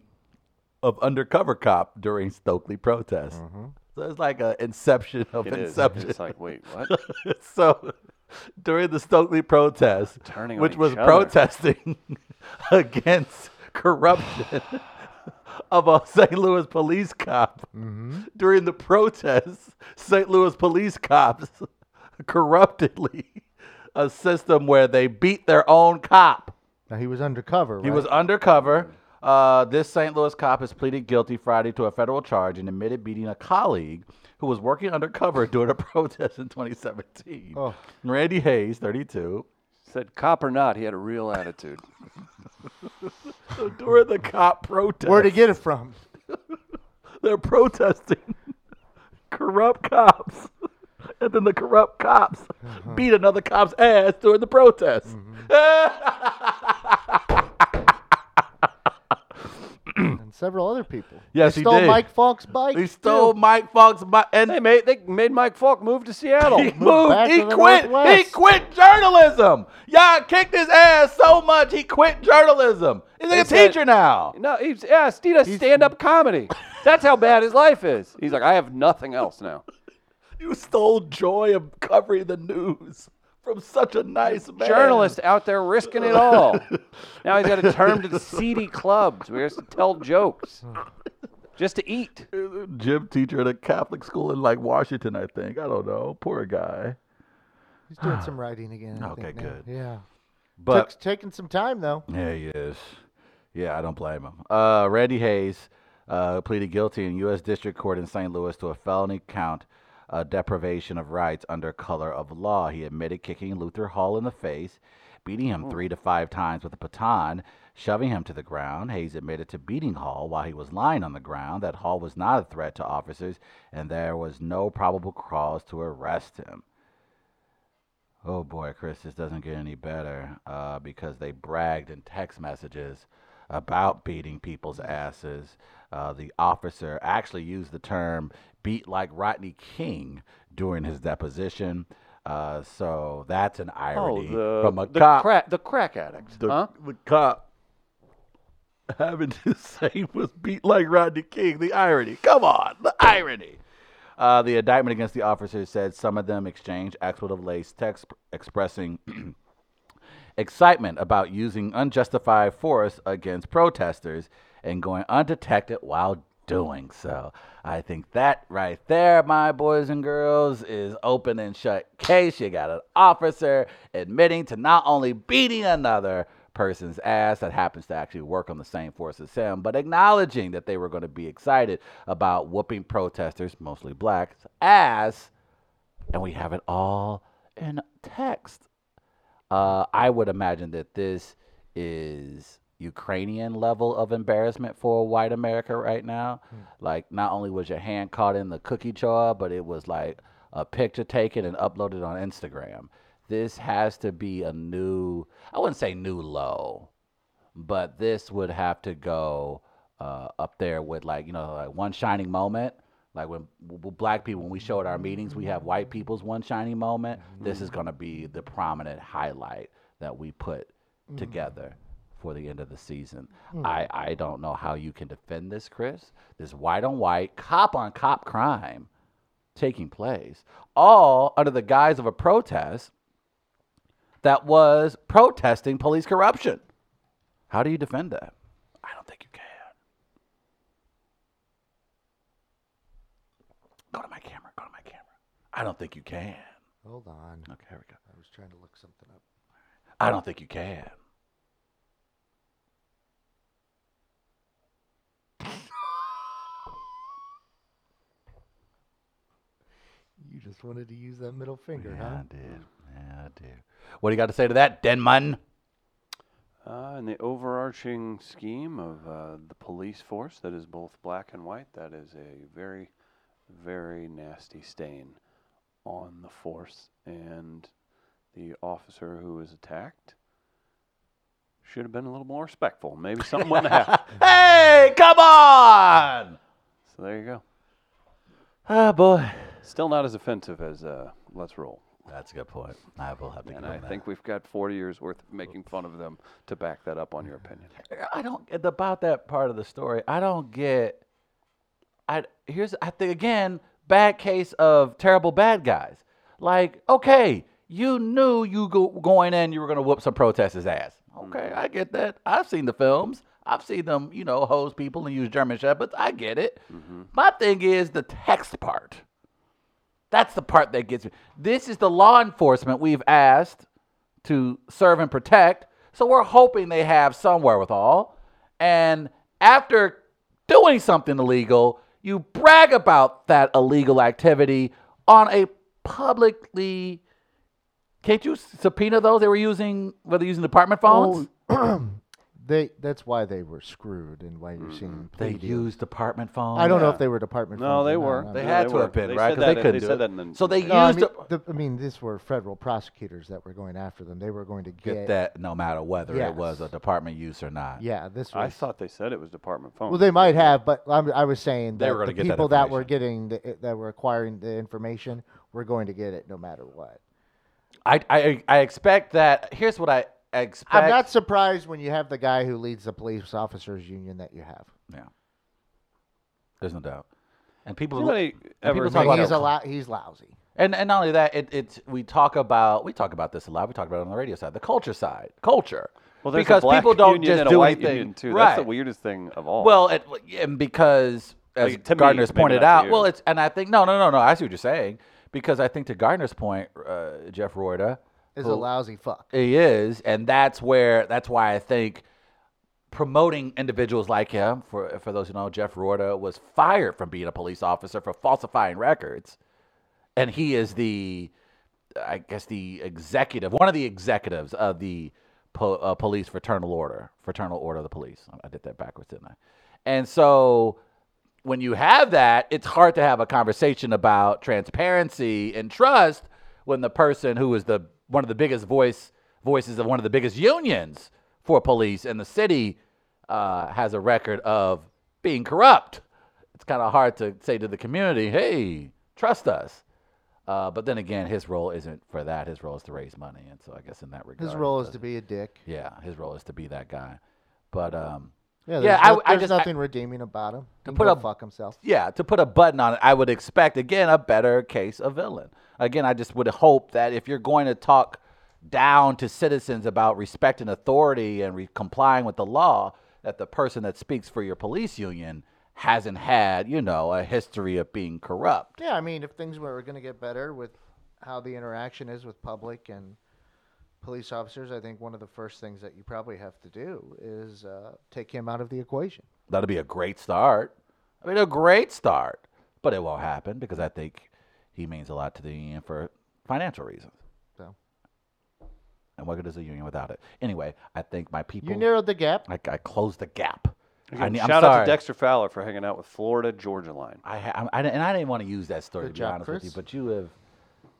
[SPEAKER 2] of undercover cop during Stokely protest. So it's like an inception of
[SPEAKER 1] it is.
[SPEAKER 2] inception.
[SPEAKER 1] It's like, wait, what?
[SPEAKER 2] so during the Stokely protest,
[SPEAKER 1] Turning on
[SPEAKER 2] which
[SPEAKER 1] each
[SPEAKER 2] was
[SPEAKER 1] other.
[SPEAKER 2] protesting against corruption of a St. Louis police cop,
[SPEAKER 1] Mm-hmm.
[SPEAKER 2] during the protest, St. Louis police cops corruptedly a system where they beat their own cop.
[SPEAKER 3] Now he was undercover, right?
[SPEAKER 2] He was undercover. Uh, this St. Louis cop has pleaded guilty Friday to a federal charge and admitted beating a colleague who was working undercover during a protest in 2017.
[SPEAKER 3] Oh.
[SPEAKER 2] Randy Hayes, 32.
[SPEAKER 1] Said cop or not, he had a real attitude.
[SPEAKER 2] So during the cop protest,
[SPEAKER 3] Where'd he get it from?
[SPEAKER 2] they're protesting corrupt cops. And then the corrupt cops
[SPEAKER 3] Uh-huh.
[SPEAKER 2] beat another cop's ass during the protest.
[SPEAKER 3] Mm-hmm. And several other people.
[SPEAKER 2] Yes,
[SPEAKER 3] he
[SPEAKER 2] he
[SPEAKER 3] stole
[SPEAKER 2] did.
[SPEAKER 3] Mike Falk's bike.
[SPEAKER 2] They stole Mike Fox, bi- and
[SPEAKER 1] They made they made Mike Falk move to Seattle.
[SPEAKER 2] He moved.
[SPEAKER 3] back
[SPEAKER 2] He
[SPEAKER 3] to the
[SPEAKER 2] quit. He
[SPEAKER 3] Northwest.
[SPEAKER 2] quit journalism. Y'all kicked his ass so much he quit journalism. He's like
[SPEAKER 1] They
[SPEAKER 2] a
[SPEAKER 1] said-
[SPEAKER 2] teacher now.
[SPEAKER 1] No, he's yeah, he does stand up comedy. That's how bad his life is. He's like, I have nothing else now.
[SPEAKER 2] You stole joy of covering the news from such a nice man.
[SPEAKER 1] Journalist out there risking it all. Now he's got to turn to seedy clubs where he has to tell jokes just to eat.
[SPEAKER 2] Gym teacher at a Catholic school in like Washington, I think. I don't know. Poor guy.
[SPEAKER 3] He's doing some writing again. I
[SPEAKER 2] Okay,
[SPEAKER 3] think, now.
[SPEAKER 2] good.
[SPEAKER 3] Yeah.
[SPEAKER 2] But
[SPEAKER 3] Took- taking some time though.
[SPEAKER 2] Yeah, he is. Yeah, I don't blame him. Uh, Randy Hayes uh, pleaded guilty in U.S. District Court in St. Louis to a felony count of deprivation of rights under color of law. He admitted kicking Luther Hall in the face, beating him three to five times with a baton, shoving him to the ground. Hayes admitted to beating Hall while he was lying on the ground, that Hall was not a threat to officers, and there was no probable cause to arrest him. Oh boy, Chris, this doesn't get any better uh, because they bragged in text messages about beating people's asses. Uh, the officer actually used the term beat like Rodney King during his deposition. Uh, so that's an irony from a
[SPEAKER 1] Oh, the
[SPEAKER 2] cop.
[SPEAKER 1] crack the crack addict.
[SPEAKER 2] the,
[SPEAKER 1] huh?
[SPEAKER 2] the cop having to say was beat like Rodney King. The irony. Come on, the irony. Uh, the indictment against the officers said some of them exchanged expletive laced texts expressing excitement about using unjustified force against protesters and going undetected while doing so. I think that right there, my boys and girls, is open and shut case. You got an officer admitting to not only beating another person's ass that happens to actually work on the same force as him, but acknowledging that they were going to be excited about whooping protesters, mostly blacks, ass. And we have it all in text. Uh, I would imagine that this is Ukrainian level of embarrassment for white America right now. Like, not only was your hand caught in the cookie jar, but it was like a picture taken and uploaded on Instagram. This has to be a new, I wouldn't say new low, but this would have to go uh, up there with like you know like one shining moment like when w- w- black people when we show at our meetings we have white people's one shining moment this is going to be the prominent highlight that we put together for the end of the season I, I don't know how you can defend this chris this white on white cop on cop crime taking place all under the guise of a protest that was protesting police corruption how do you defend that? I don't think you can. Go to my camera. Go to my camera. I don't think you can.
[SPEAKER 3] Hold on.
[SPEAKER 2] Okay, here we go.
[SPEAKER 3] I was trying to look something up.
[SPEAKER 2] I don't think you can.
[SPEAKER 3] You just wanted to use that middle finger,
[SPEAKER 2] Yeah,
[SPEAKER 3] huh?
[SPEAKER 2] I did. Yeah, I did. What do you got to say to that, Denman?
[SPEAKER 1] Uh, and the overarching scheme of uh, the police force that is both black and white, that is a very, very nasty stain on the force. And the officer who was attacked should have been a little more respectful. Maybe something wouldn't have happened.
[SPEAKER 2] hey, come on!
[SPEAKER 1] So there you go.
[SPEAKER 2] Oh, boy.
[SPEAKER 1] Still not as offensive as uh, Let's Roll.
[SPEAKER 2] That's a good point. I will have to
[SPEAKER 1] And
[SPEAKER 2] give
[SPEAKER 1] I
[SPEAKER 2] him that.
[SPEAKER 1] think we've got 40 years worth of making fun of them to back that up on your opinion.
[SPEAKER 2] I don't get about that part of the story. I don't get. I here's I think again bad case of terrible bad guys. Like okay, you knew you go, going in, you were gonna whoop some protesters' ass. Okay, I get that. I've seen the films. I've seen them, you know, hose people and use German shepherds. I get it. My thing is the text part. That's the part that gets me. This is the law enforcement we've asked to serve and protect. So we're hoping they have somewhere with all. And after doing something illegal, you brag about that illegal activity on a publicly. Can't you subpoena those? They were using were they using department
[SPEAKER 3] Oh,
[SPEAKER 2] phones?
[SPEAKER 3] They that's why they were screwed and why you're seeing them
[SPEAKER 2] they
[SPEAKER 3] pleaded.
[SPEAKER 2] used department phones.
[SPEAKER 3] I don't know
[SPEAKER 1] Yeah.
[SPEAKER 3] if they were department.
[SPEAKER 1] No,
[SPEAKER 3] phones
[SPEAKER 1] they
[SPEAKER 3] or not,
[SPEAKER 1] were.
[SPEAKER 3] I
[SPEAKER 2] They
[SPEAKER 3] don't
[SPEAKER 1] No,
[SPEAKER 2] had
[SPEAKER 1] they
[SPEAKER 2] to
[SPEAKER 1] were.
[SPEAKER 2] have been
[SPEAKER 1] They
[SPEAKER 2] right
[SPEAKER 1] said
[SPEAKER 2] because they
[SPEAKER 1] that in-
[SPEAKER 2] couldn't
[SPEAKER 1] they
[SPEAKER 2] do
[SPEAKER 1] said
[SPEAKER 2] it.
[SPEAKER 1] that in the-
[SPEAKER 2] so they
[SPEAKER 3] No, I
[SPEAKER 2] used
[SPEAKER 3] mean,
[SPEAKER 2] to
[SPEAKER 3] the, I mean, these were federal prosecutors that were going after them. They were going to get,
[SPEAKER 2] get that no matter whether it was a
[SPEAKER 3] Yes.
[SPEAKER 2] department use or not.
[SPEAKER 3] Yeah, this was.
[SPEAKER 1] I thought they said it was department phone.
[SPEAKER 3] well, they might have, but I'm, I was saying
[SPEAKER 2] They
[SPEAKER 3] that
[SPEAKER 2] were gonna
[SPEAKER 3] the
[SPEAKER 2] get that
[SPEAKER 3] people that, were getting the, eh, that were acquiring the information were going to get it no matter what.
[SPEAKER 2] I, I I expect that. Here's what I expect.
[SPEAKER 3] I'm not surprised when you have the guy who leads the police officers union that you have.
[SPEAKER 2] Yeah. There's no doubt. And people,
[SPEAKER 1] Anybody
[SPEAKER 2] and
[SPEAKER 1] ever
[SPEAKER 2] people talk
[SPEAKER 1] make
[SPEAKER 2] about
[SPEAKER 3] He's
[SPEAKER 2] it-
[SPEAKER 3] a lot. He's lousy.
[SPEAKER 2] and and not only that, it, it's we talk about we talk about this a lot. We talk about it on the radio side, the culture side, culture.
[SPEAKER 1] Well, there's
[SPEAKER 2] because
[SPEAKER 1] a black
[SPEAKER 2] people don't
[SPEAKER 1] union
[SPEAKER 2] just
[SPEAKER 1] and
[SPEAKER 2] do
[SPEAKER 1] a white
[SPEAKER 2] anything.
[SPEAKER 1] union too.
[SPEAKER 2] Right.
[SPEAKER 1] That's the weirdest thing of all.
[SPEAKER 2] Well, it, and because as
[SPEAKER 1] Like, to me,
[SPEAKER 2] Gardner's
[SPEAKER 1] maybe
[SPEAKER 2] pointed
[SPEAKER 1] not to
[SPEAKER 2] out, well,
[SPEAKER 1] you.
[SPEAKER 2] it's and I think no, no, no, no. I see what you're saying because I think to Gardner's point, uh, Jeff Reuter,
[SPEAKER 3] Is a
[SPEAKER 2] who-
[SPEAKER 3] lousy fuck.
[SPEAKER 2] He is, and that's where that's why I think promoting individuals like him. For for those who know, Jeff Rorta was fired from being a police officer for falsifying records, and he is the, I guess the executive, one of the executives of the po- uh, police fraternal order, fraternal order of the police. I did that backwards, didn't I? And so. When you have that, it's hard to have a conversation about transparency and trust when the person who is the one of the biggest voice voices of one of the biggest unions for police in the city uh, has a record of being corrupt. It's kind of hard to say to the community, "Hey, trust us." Uh, but then again, his role isn't for that. His role is to raise money, and so I guess in that regard,
[SPEAKER 3] His
[SPEAKER 2] it
[SPEAKER 3] role is
[SPEAKER 2] doesn't-
[SPEAKER 3] to be a dick.
[SPEAKER 2] yeah, his role is to be that guy. But um,
[SPEAKER 3] Yeah, there's,
[SPEAKER 2] Yeah, I
[SPEAKER 3] no-
[SPEAKER 2] w- I
[SPEAKER 3] there's
[SPEAKER 2] just- I-
[SPEAKER 3] nothing redeeming about him. He can
[SPEAKER 2] put
[SPEAKER 3] go
[SPEAKER 2] a-
[SPEAKER 3] fuck himself.
[SPEAKER 2] yeah, to put a button on it, I would expect again a better case of villain. Again, I just would hope that if you're going to talk down to citizens about respecting authority and re- complying with the law, that the person that speaks for your police union hasn't had, you know, a history of being corrupt.
[SPEAKER 3] Yeah, I mean, if things were going to get better with how the interaction is with public and police officers, I think one of the first things that you probably have to do is uh, take him out of the equation.
[SPEAKER 2] That'd be a great start. I mean, a great start, but it won't happen because I think he means a lot to the union for financial reasons.
[SPEAKER 3] So
[SPEAKER 2] And what good is a union without it? Anyway, I think my people.
[SPEAKER 3] You narrowed the gap.
[SPEAKER 2] I, I closed the gap. I,
[SPEAKER 1] Again,
[SPEAKER 2] ne- I'm
[SPEAKER 1] shout out
[SPEAKER 2] sorry.
[SPEAKER 1] to Dexter Fowler for hanging out with Florida Georgia Line.
[SPEAKER 2] I, ha- I'm- I didn't- and I didn't want to use that story
[SPEAKER 3] Good
[SPEAKER 2] to be
[SPEAKER 3] job,
[SPEAKER 2] honest with you,
[SPEAKER 3] Chris.
[SPEAKER 2] but you have.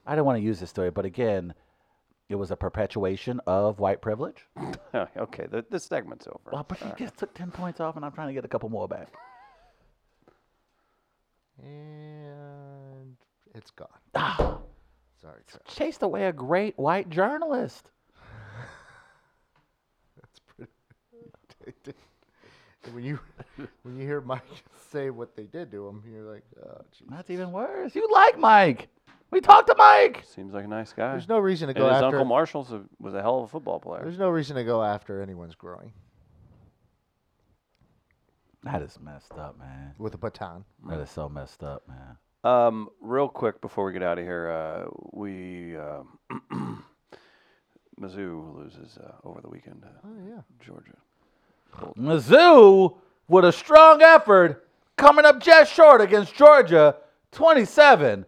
[SPEAKER 2] I didn't want to use this story, but again, it was a perpetuation of white privilege.
[SPEAKER 1] okay, th- this segment's over.
[SPEAKER 2] Well, but you just took ten points off, and I'm trying to get a couple more back.
[SPEAKER 3] And it's gone.
[SPEAKER 2] Ah,
[SPEAKER 3] Sorry, Trent.
[SPEAKER 2] chased away a great white journalist.
[SPEAKER 3] That's pretty. when you when you hear Mike say what they did to him, you're like, oh, geez.
[SPEAKER 2] That's even worse. You like Mike? We talked to Mike.
[SPEAKER 1] Seems like a nice guy.
[SPEAKER 3] There's no reason to
[SPEAKER 1] and
[SPEAKER 3] go
[SPEAKER 1] his
[SPEAKER 3] after.
[SPEAKER 1] uncle Marshall's a, was a hell of a football player.
[SPEAKER 3] there's no reason to go after anyone's growing
[SPEAKER 2] That is messed up, man.
[SPEAKER 3] with a baton.
[SPEAKER 2] That is so messed up, man.
[SPEAKER 1] Um, real quick before we get out of here, uh, we uh, Mizzou loses uh, over the weekend. Uh,
[SPEAKER 3] Oh yeah.
[SPEAKER 1] Georgia.
[SPEAKER 2] Mizzou with a strong effort coming up just short against Georgia, 27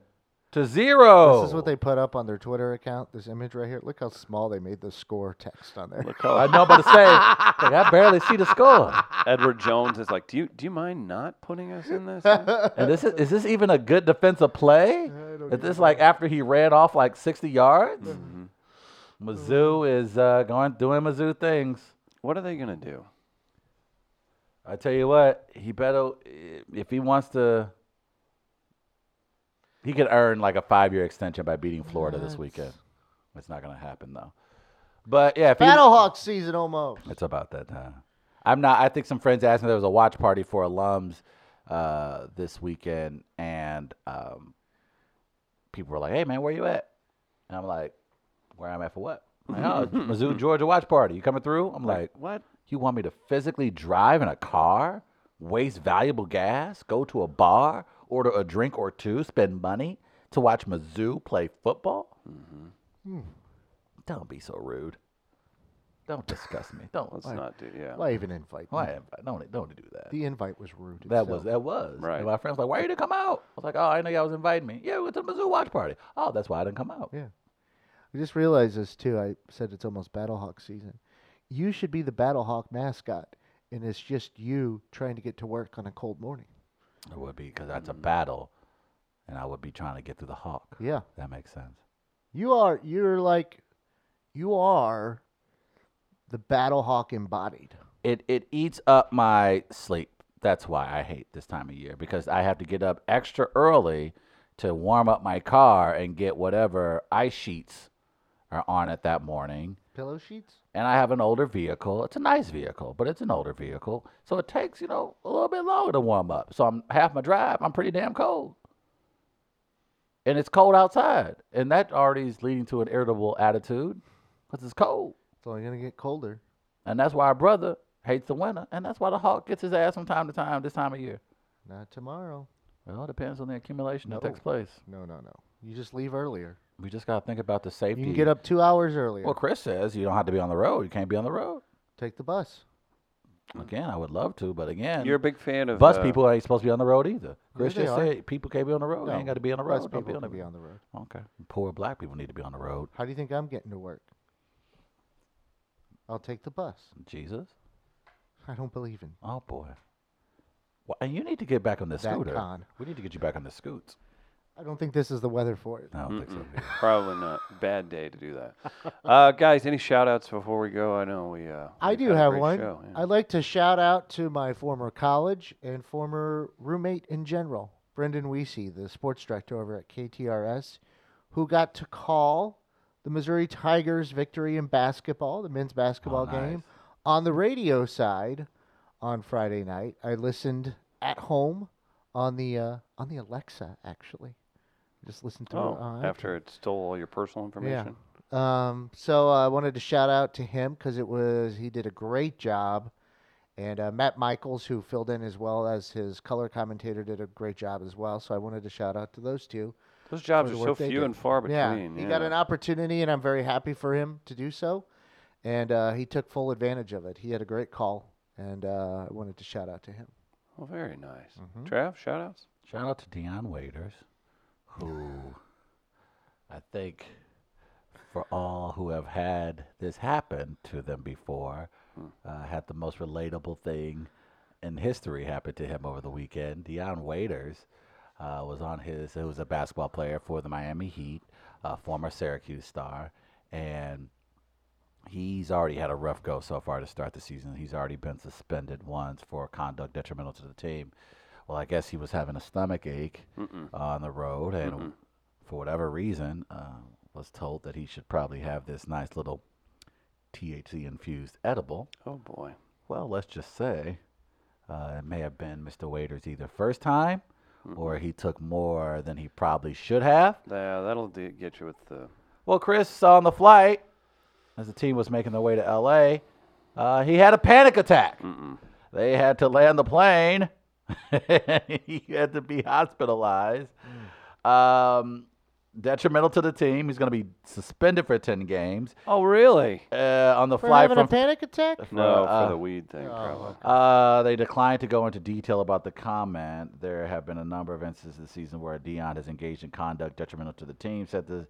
[SPEAKER 2] to zero.
[SPEAKER 3] This is what they put up on their Twitter account. This image right here. Look how small they made the score text on there.
[SPEAKER 1] Look
[SPEAKER 2] I
[SPEAKER 1] how
[SPEAKER 2] know, but to say, like, I barely see the score.
[SPEAKER 1] Edward Jones is like, do you do you mind not putting us in this?
[SPEAKER 2] And this is, is this even a good defensive play?
[SPEAKER 3] don't Mm-hmm.
[SPEAKER 2] Is this like after he ran off like 60 yards? Mizzou is uh, going doing Mizzou things.
[SPEAKER 1] what are they gonna do?
[SPEAKER 2] I tell you what, he better if he wants to. He could earn like a five-year extension by beating Florida this weekend. It's not gonna happen though. But yeah, if he-
[SPEAKER 3] Battlehawk season almost.
[SPEAKER 2] it's about that time. I'm not. I think some friends asked me there was a watch party for alums uh, this weekend, and um, people were like, "Hey man, where you at?" And I'm like, "Where I'm at for what?" Like, oh, Mizzou Georgia watch party. You coming through? I'm like,
[SPEAKER 1] What?
[SPEAKER 2] you want me to physically drive in a car, waste valuable gas, go to a bar, order a drink or two, spend money to watch Mizzou play football?
[SPEAKER 3] Mm-hmm. Hmm.
[SPEAKER 2] Don't be so rude. Don't discuss me. Don't.
[SPEAKER 1] Let's
[SPEAKER 2] Why?
[SPEAKER 1] not do. Yeah.
[SPEAKER 3] Why even invite? me?
[SPEAKER 2] Why? Don't don't do that.
[SPEAKER 3] The invite was rude.
[SPEAKER 2] That
[SPEAKER 3] itself.
[SPEAKER 2] was that was.
[SPEAKER 1] Right.
[SPEAKER 2] And my friends like, why you didn't come out? I was like, oh, I know y'all was inviting me. Yeah, we went to the Mizzou watch party. Oh, that's why I didn't come out.
[SPEAKER 3] Yeah. I just realized this too. I said it's almost Battlehawk season. You should be the Battlehawk mascot, and it's just you trying to get to work on a cold morning.
[SPEAKER 2] It would be because
[SPEAKER 1] Mm-hmm.
[SPEAKER 2] that's a battle, and I would be trying to get through the hawk.
[SPEAKER 3] Yeah.
[SPEAKER 2] That makes sense.
[SPEAKER 3] You are. You're like. You are. The Battlehawk embodied.
[SPEAKER 2] it it eats up my sleep. That's why I hate this time of year because I have to get up extra early to warm up my car and get whatever ice sheets are on it that morning.
[SPEAKER 3] Pillow sheets.
[SPEAKER 2] And I have an older vehicle. It's a nice vehicle, but it's an older vehicle. So it takes, you know, a little bit longer to warm up. So I'm half my drive, I'm pretty damn cold. And it's cold outside. And that already is leading to an irritable attitude because it's cold.
[SPEAKER 3] It's only gonna get colder.
[SPEAKER 2] And that's why our brother hates the winter. And that's why the hawk gets his ass from time to time this time of year.
[SPEAKER 3] Not tomorrow.
[SPEAKER 2] Well, it depends on the accumulation that takes
[SPEAKER 3] No.
[SPEAKER 2] place.
[SPEAKER 3] No, no, no. You just leave earlier.
[SPEAKER 2] We just got to think about the safety.
[SPEAKER 3] You can get up two hours earlier.
[SPEAKER 2] Well, Chris says you don't have to be on the road. You can't be on the road.
[SPEAKER 3] Take the bus.
[SPEAKER 2] Again, I would love to, but again,
[SPEAKER 1] You're a big fan of
[SPEAKER 2] bus
[SPEAKER 1] uh,
[SPEAKER 2] people ain't supposed to be on the road either. Chris
[SPEAKER 3] they
[SPEAKER 2] just
[SPEAKER 3] are.
[SPEAKER 2] said people can't be on the road. They ain't got to be on the road.
[SPEAKER 3] Bus
[SPEAKER 2] Don't be
[SPEAKER 3] people
[SPEAKER 2] on the
[SPEAKER 3] can be on the road.
[SPEAKER 2] Okay. Poor black people need to be on the road.
[SPEAKER 3] How do you think I'm getting to work? I'll take the bus.
[SPEAKER 2] Jesus.
[SPEAKER 3] I don't believe in
[SPEAKER 2] Oh, boy. Well, and you need to get back on the
[SPEAKER 3] That
[SPEAKER 2] scooter.
[SPEAKER 3] con.
[SPEAKER 2] We need to get you back on the scoots.
[SPEAKER 3] I don't think this is the weather for it.
[SPEAKER 2] I don't think so.
[SPEAKER 1] Mm-mm. Probably not. Bad day to do that. Uh, guys, any shout outs before we go? I know we. Uh,
[SPEAKER 3] I
[SPEAKER 1] we've
[SPEAKER 3] do
[SPEAKER 1] had a
[SPEAKER 3] have
[SPEAKER 1] great
[SPEAKER 3] one.
[SPEAKER 1] show, yeah.
[SPEAKER 3] I'd like to shout out to my former college and former roommate in general, Brendan Weesey, the sports director over at KTRS, who got to call the Missouri Tigers' victory in basketball, the men's
[SPEAKER 1] Oh,
[SPEAKER 3] basketball
[SPEAKER 2] nice.
[SPEAKER 3] game, on the radio side on Friday night. I listened at home on the uh, on the Alexa actually. Just listened to it.
[SPEAKER 1] Oh,
[SPEAKER 3] on
[SPEAKER 1] after it stole all your personal information.
[SPEAKER 3] um, so uh, I wanted to shout out to him because it was he did a great job, and uh, Matt Michaels, who filled in as well as his color commentator, did a great job as well. So I wanted to shout out to those two.
[SPEAKER 1] Those jobs
[SPEAKER 3] For
[SPEAKER 1] are
[SPEAKER 3] the
[SPEAKER 1] so
[SPEAKER 3] work they
[SPEAKER 1] few
[SPEAKER 3] do.
[SPEAKER 1] and far between.
[SPEAKER 3] yeah, he got
[SPEAKER 1] yeah.
[SPEAKER 3] an opportunity, and I'm very happy for him to do so, and uh, he took full advantage of it. He had a great call, and uh, I wanted to shout out to him.
[SPEAKER 1] Well, very nice.
[SPEAKER 3] Mm-hmm.
[SPEAKER 1] Trav, shout outs?
[SPEAKER 2] Shout out to Dion Waiters, who I think for all who have had this happen to them before. Uh, had the most relatable thing in history happen to him over the weekend. Deion Waiters uh, was on his, who was a basketball player for the Miami Heat, a former Syracuse star, and he's already had a rough go so far to start the season. He's already been suspended once for conduct detrimental to the team. Well, I guess he was having a stomach ache on the road, and for whatever reason, uh, was told that he should probably have this nice little THC infused edible.
[SPEAKER 1] Oh boy.
[SPEAKER 2] Well, let's just say uh, it may have been Mr. Waiter's either first time or he took more than he probably should have.
[SPEAKER 1] Yeah, that'll do, get you with the.
[SPEAKER 2] Well, Chris, on the flight, as the team was making their way to LA, uh, he had a panic attack. They had to land the plane. he had to be hospitalized. Um, detrimental to the team. He's going to be suspended for 10 games.
[SPEAKER 1] Oh really?
[SPEAKER 2] Uh, on the
[SPEAKER 3] For
[SPEAKER 2] flight
[SPEAKER 3] having
[SPEAKER 2] from
[SPEAKER 3] a panic attack?
[SPEAKER 1] No,
[SPEAKER 2] uh,
[SPEAKER 1] for the weed
[SPEAKER 3] oh.
[SPEAKER 1] thing, probably.
[SPEAKER 2] Uh, they declined to go into detail about the comment. There have been a number of instances this season where Dion has engaged in conduct detrimental to the team. Said the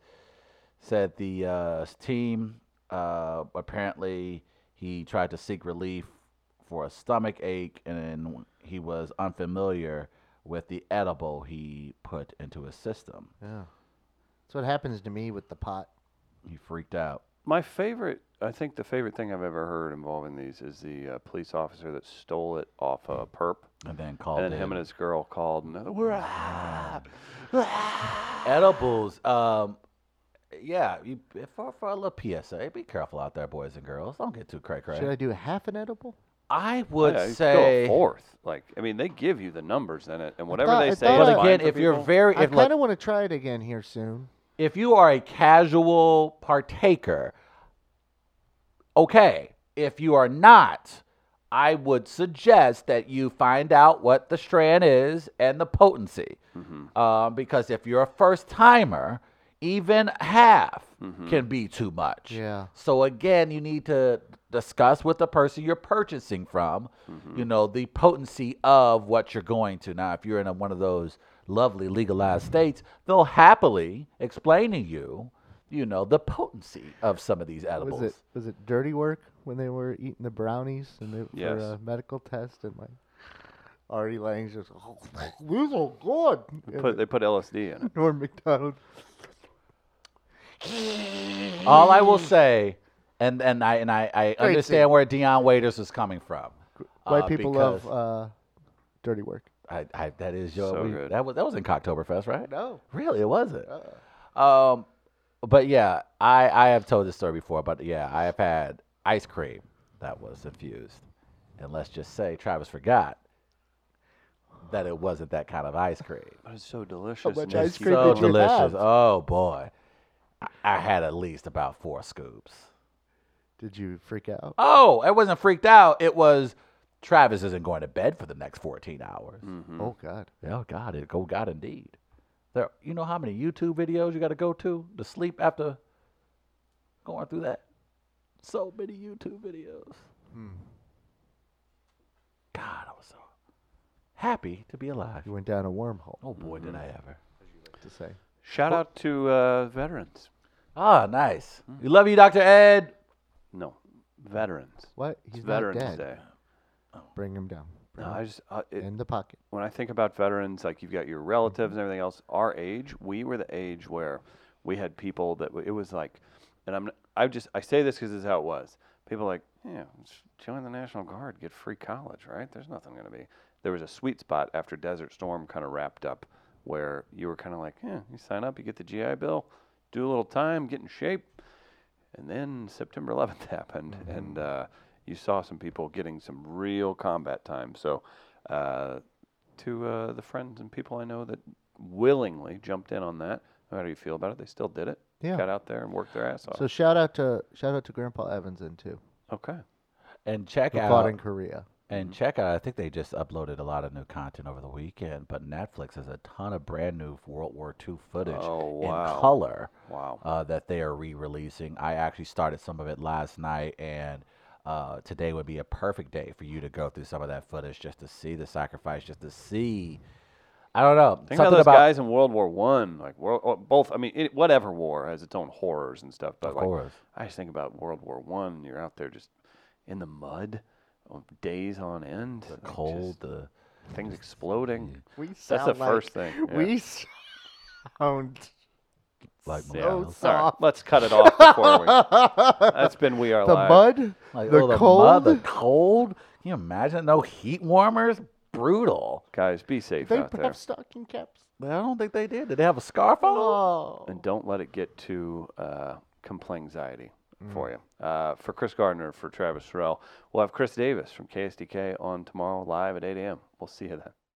[SPEAKER 2] said the uh, s- team. Uh, apparently, he tried to seek relief for a stomach ache, and he was unfamiliar with the edible he put into his system.
[SPEAKER 3] Yeah. That's what happens to me with the pot.
[SPEAKER 2] He freaked out.
[SPEAKER 1] My favorite, I think the favorite thing I've ever heard involving these is the uh, police officer that stole it off a perp,
[SPEAKER 2] And then
[SPEAKER 3] Oh,
[SPEAKER 2] called
[SPEAKER 1] and then him
[SPEAKER 2] in.
[SPEAKER 1] and his girl called and we're ah,
[SPEAKER 2] edibles. Um, yeah, you, for, for a little PSA, be careful out there, boys and girls. Don't get too cray
[SPEAKER 3] Should I
[SPEAKER 2] cray.
[SPEAKER 3] do half an edible?
[SPEAKER 2] I, would
[SPEAKER 1] yeah, you go
[SPEAKER 2] say,
[SPEAKER 1] a fourth. Like, I mean, they give you the numbers in it, and whatever
[SPEAKER 3] thought-
[SPEAKER 1] they
[SPEAKER 3] I
[SPEAKER 1] say.
[SPEAKER 3] thought
[SPEAKER 1] is
[SPEAKER 3] I-
[SPEAKER 2] but
[SPEAKER 1] fine
[SPEAKER 2] again,
[SPEAKER 1] for
[SPEAKER 2] if you're
[SPEAKER 1] people.
[SPEAKER 2] very,
[SPEAKER 3] I
[SPEAKER 2] if
[SPEAKER 3] kind
[SPEAKER 2] like,
[SPEAKER 3] of want to try it again here soon.
[SPEAKER 2] if you are a casual partaker, okay. If you are not, I would suggest that you find out what the strand is and the potency.
[SPEAKER 1] Mm-hmm.
[SPEAKER 2] Um, because if you're a first timer, even half
[SPEAKER 1] Mm-hmm.
[SPEAKER 2] can be too much.
[SPEAKER 3] Yeah.
[SPEAKER 2] So again, you need to discuss with the person you're purchasing from, you know, the potency of what you're going to. Now, if you're in a, one of those lovely legalized states, they'll happily explain to you, you know, the potency of some of these edibles.
[SPEAKER 3] Was it was it dirty work when they were eating the brownies and they
[SPEAKER 1] Yes.
[SPEAKER 3] for a medical test and like Artie Lang's just oh, these are good. And
[SPEAKER 1] put they put LSD in it.
[SPEAKER 3] Norm McDonald.
[SPEAKER 2] All I will say, and and I and I, I
[SPEAKER 3] scene.
[SPEAKER 2] understand where Dion Waiters is coming from.
[SPEAKER 3] Why
[SPEAKER 2] uh,
[SPEAKER 3] people
[SPEAKER 2] because
[SPEAKER 3] love uh, dirty work.
[SPEAKER 2] I, I, that is your
[SPEAKER 1] So
[SPEAKER 2] we-
[SPEAKER 1] good.
[SPEAKER 2] that was that was in Cocktoberfest, right?
[SPEAKER 3] No. Uh-uh.
[SPEAKER 2] Really, it wasn't. Um, but yeah, I I have told this story before, but yeah, I have had ice cream that was infused, and let's just say Travis forgot that it wasn't that kind of ice cream.
[SPEAKER 1] But it's so delicious.
[SPEAKER 3] much
[SPEAKER 1] and
[SPEAKER 3] ice
[SPEAKER 1] it's
[SPEAKER 3] cream
[SPEAKER 2] so
[SPEAKER 3] did you
[SPEAKER 2] delicious.
[SPEAKER 3] have?
[SPEAKER 2] Oh boy, I, I had at least about four scoops.
[SPEAKER 3] Did you freak out?
[SPEAKER 2] Oh, I wasn't freaked out. It was Travis isn't going to bed for the next 14 hours.
[SPEAKER 1] Hmm.
[SPEAKER 3] Oh God.
[SPEAKER 2] Oh God, it go God indeed. There, you know how many YouTube videos you got to go to to sleep after going through that. So many YouTube videos.
[SPEAKER 1] Hmm.
[SPEAKER 2] God, I was so happy to be alive.
[SPEAKER 3] You went down a wormhole
[SPEAKER 2] Oh boy,
[SPEAKER 1] Mm-hmm.
[SPEAKER 2] did I ever.
[SPEAKER 3] to say.
[SPEAKER 1] Shout out to uh, veterans.
[SPEAKER 2] Ah, nice.
[SPEAKER 1] Mm.
[SPEAKER 2] We love you, Dr. Ed.
[SPEAKER 1] No, veterans.
[SPEAKER 3] What? He's
[SPEAKER 1] It's
[SPEAKER 3] not
[SPEAKER 1] Veterans
[SPEAKER 3] dead.
[SPEAKER 1] Day.
[SPEAKER 3] Bring him down.
[SPEAKER 1] No, I just uh, it,
[SPEAKER 3] In the pocket.
[SPEAKER 1] when I think about veterans, like you've got your relatives and everything else. Our age, we were the age where we had people that w- it was like, and I'm I just I say this because this is how it was. People like, yeah, just join the National Guard, get free college, right? There's nothing going to be. There was a sweet spot after Desert Storm kind of wrapped up, where you were kind of like, yeah, you sign up, you get the GI Bill, do a little time, get in shape, and then September 11th happened,
[SPEAKER 2] Mm-hmm.
[SPEAKER 1] and uh, you saw some people getting some real combat time. So, uh, to uh, the friends and people I know that willingly jumped in on that, no matter how you feel about it, they still did it.
[SPEAKER 3] Yeah.
[SPEAKER 1] Got out there and worked their ass off.
[SPEAKER 3] So shout out to shout out to Grandpa Evanson too.
[SPEAKER 1] okay.
[SPEAKER 2] And check
[SPEAKER 3] Who fought
[SPEAKER 2] out
[SPEAKER 3] in Korea.
[SPEAKER 1] Mm-hmm.
[SPEAKER 2] And check out, I think they just uploaded a lot of new content over the weekend, but Netflix has a ton of brand new World War II footage
[SPEAKER 1] Oh,
[SPEAKER 2] in
[SPEAKER 1] wow.
[SPEAKER 2] color
[SPEAKER 1] Wow.
[SPEAKER 2] uh, that they are re releasing. I actually started some of it last night, and uh, today would be a perfect day for you to go through some of that footage just to see the sacrifice, just to see I don't know.
[SPEAKER 1] Think
[SPEAKER 2] Something
[SPEAKER 1] about those
[SPEAKER 2] about
[SPEAKER 1] guys in World War One, like world, or both. I mean, it, whatever war has its own horrors and stuff. But
[SPEAKER 2] Of
[SPEAKER 1] like,
[SPEAKER 2] course.
[SPEAKER 1] I just think about World War One. You're out there just in the mud, on days on end.
[SPEAKER 2] the
[SPEAKER 1] like, just
[SPEAKER 2] cold, the
[SPEAKER 1] things exploding.
[SPEAKER 3] We
[SPEAKER 1] That's the
[SPEAKER 3] sound like-
[SPEAKER 1] first thing. yeah.
[SPEAKER 3] We sound.
[SPEAKER 2] like
[SPEAKER 1] Yeah.
[SPEAKER 2] millennials.
[SPEAKER 1] All right,
[SPEAKER 3] soft.
[SPEAKER 1] let's cut it off before we. That's been we are
[SPEAKER 3] the
[SPEAKER 1] live.
[SPEAKER 3] mud,
[SPEAKER 2] Like,
[SPEAKER 3] the
[SPEAKER 2] oh, the
[SPEAKER 3] cold.
[SPEAKER 2] mud, the cold. Can you imagine? No heat warmers. Brutal.
[SPEAKER 1] Guys, be safe
[SPEAKER 3] they
[SPEAKER 1] out there,
[SPEAKER 3] have stocking caps.
[SPEAKER 2] But I don't think they did. Did they have a scarf on?
[SPEAKER 3] Oh,
[SPEAKER 1] and don't let it get too uh, complain anxiety
[SPEAKER 3] Mm.
[SPEAKER 1] for you. Uh, for Chris Gardner, for Travis Sorrell, we'll have Chris Davis from KSDK on tomorrow live at 8 a.m. We'll see you then.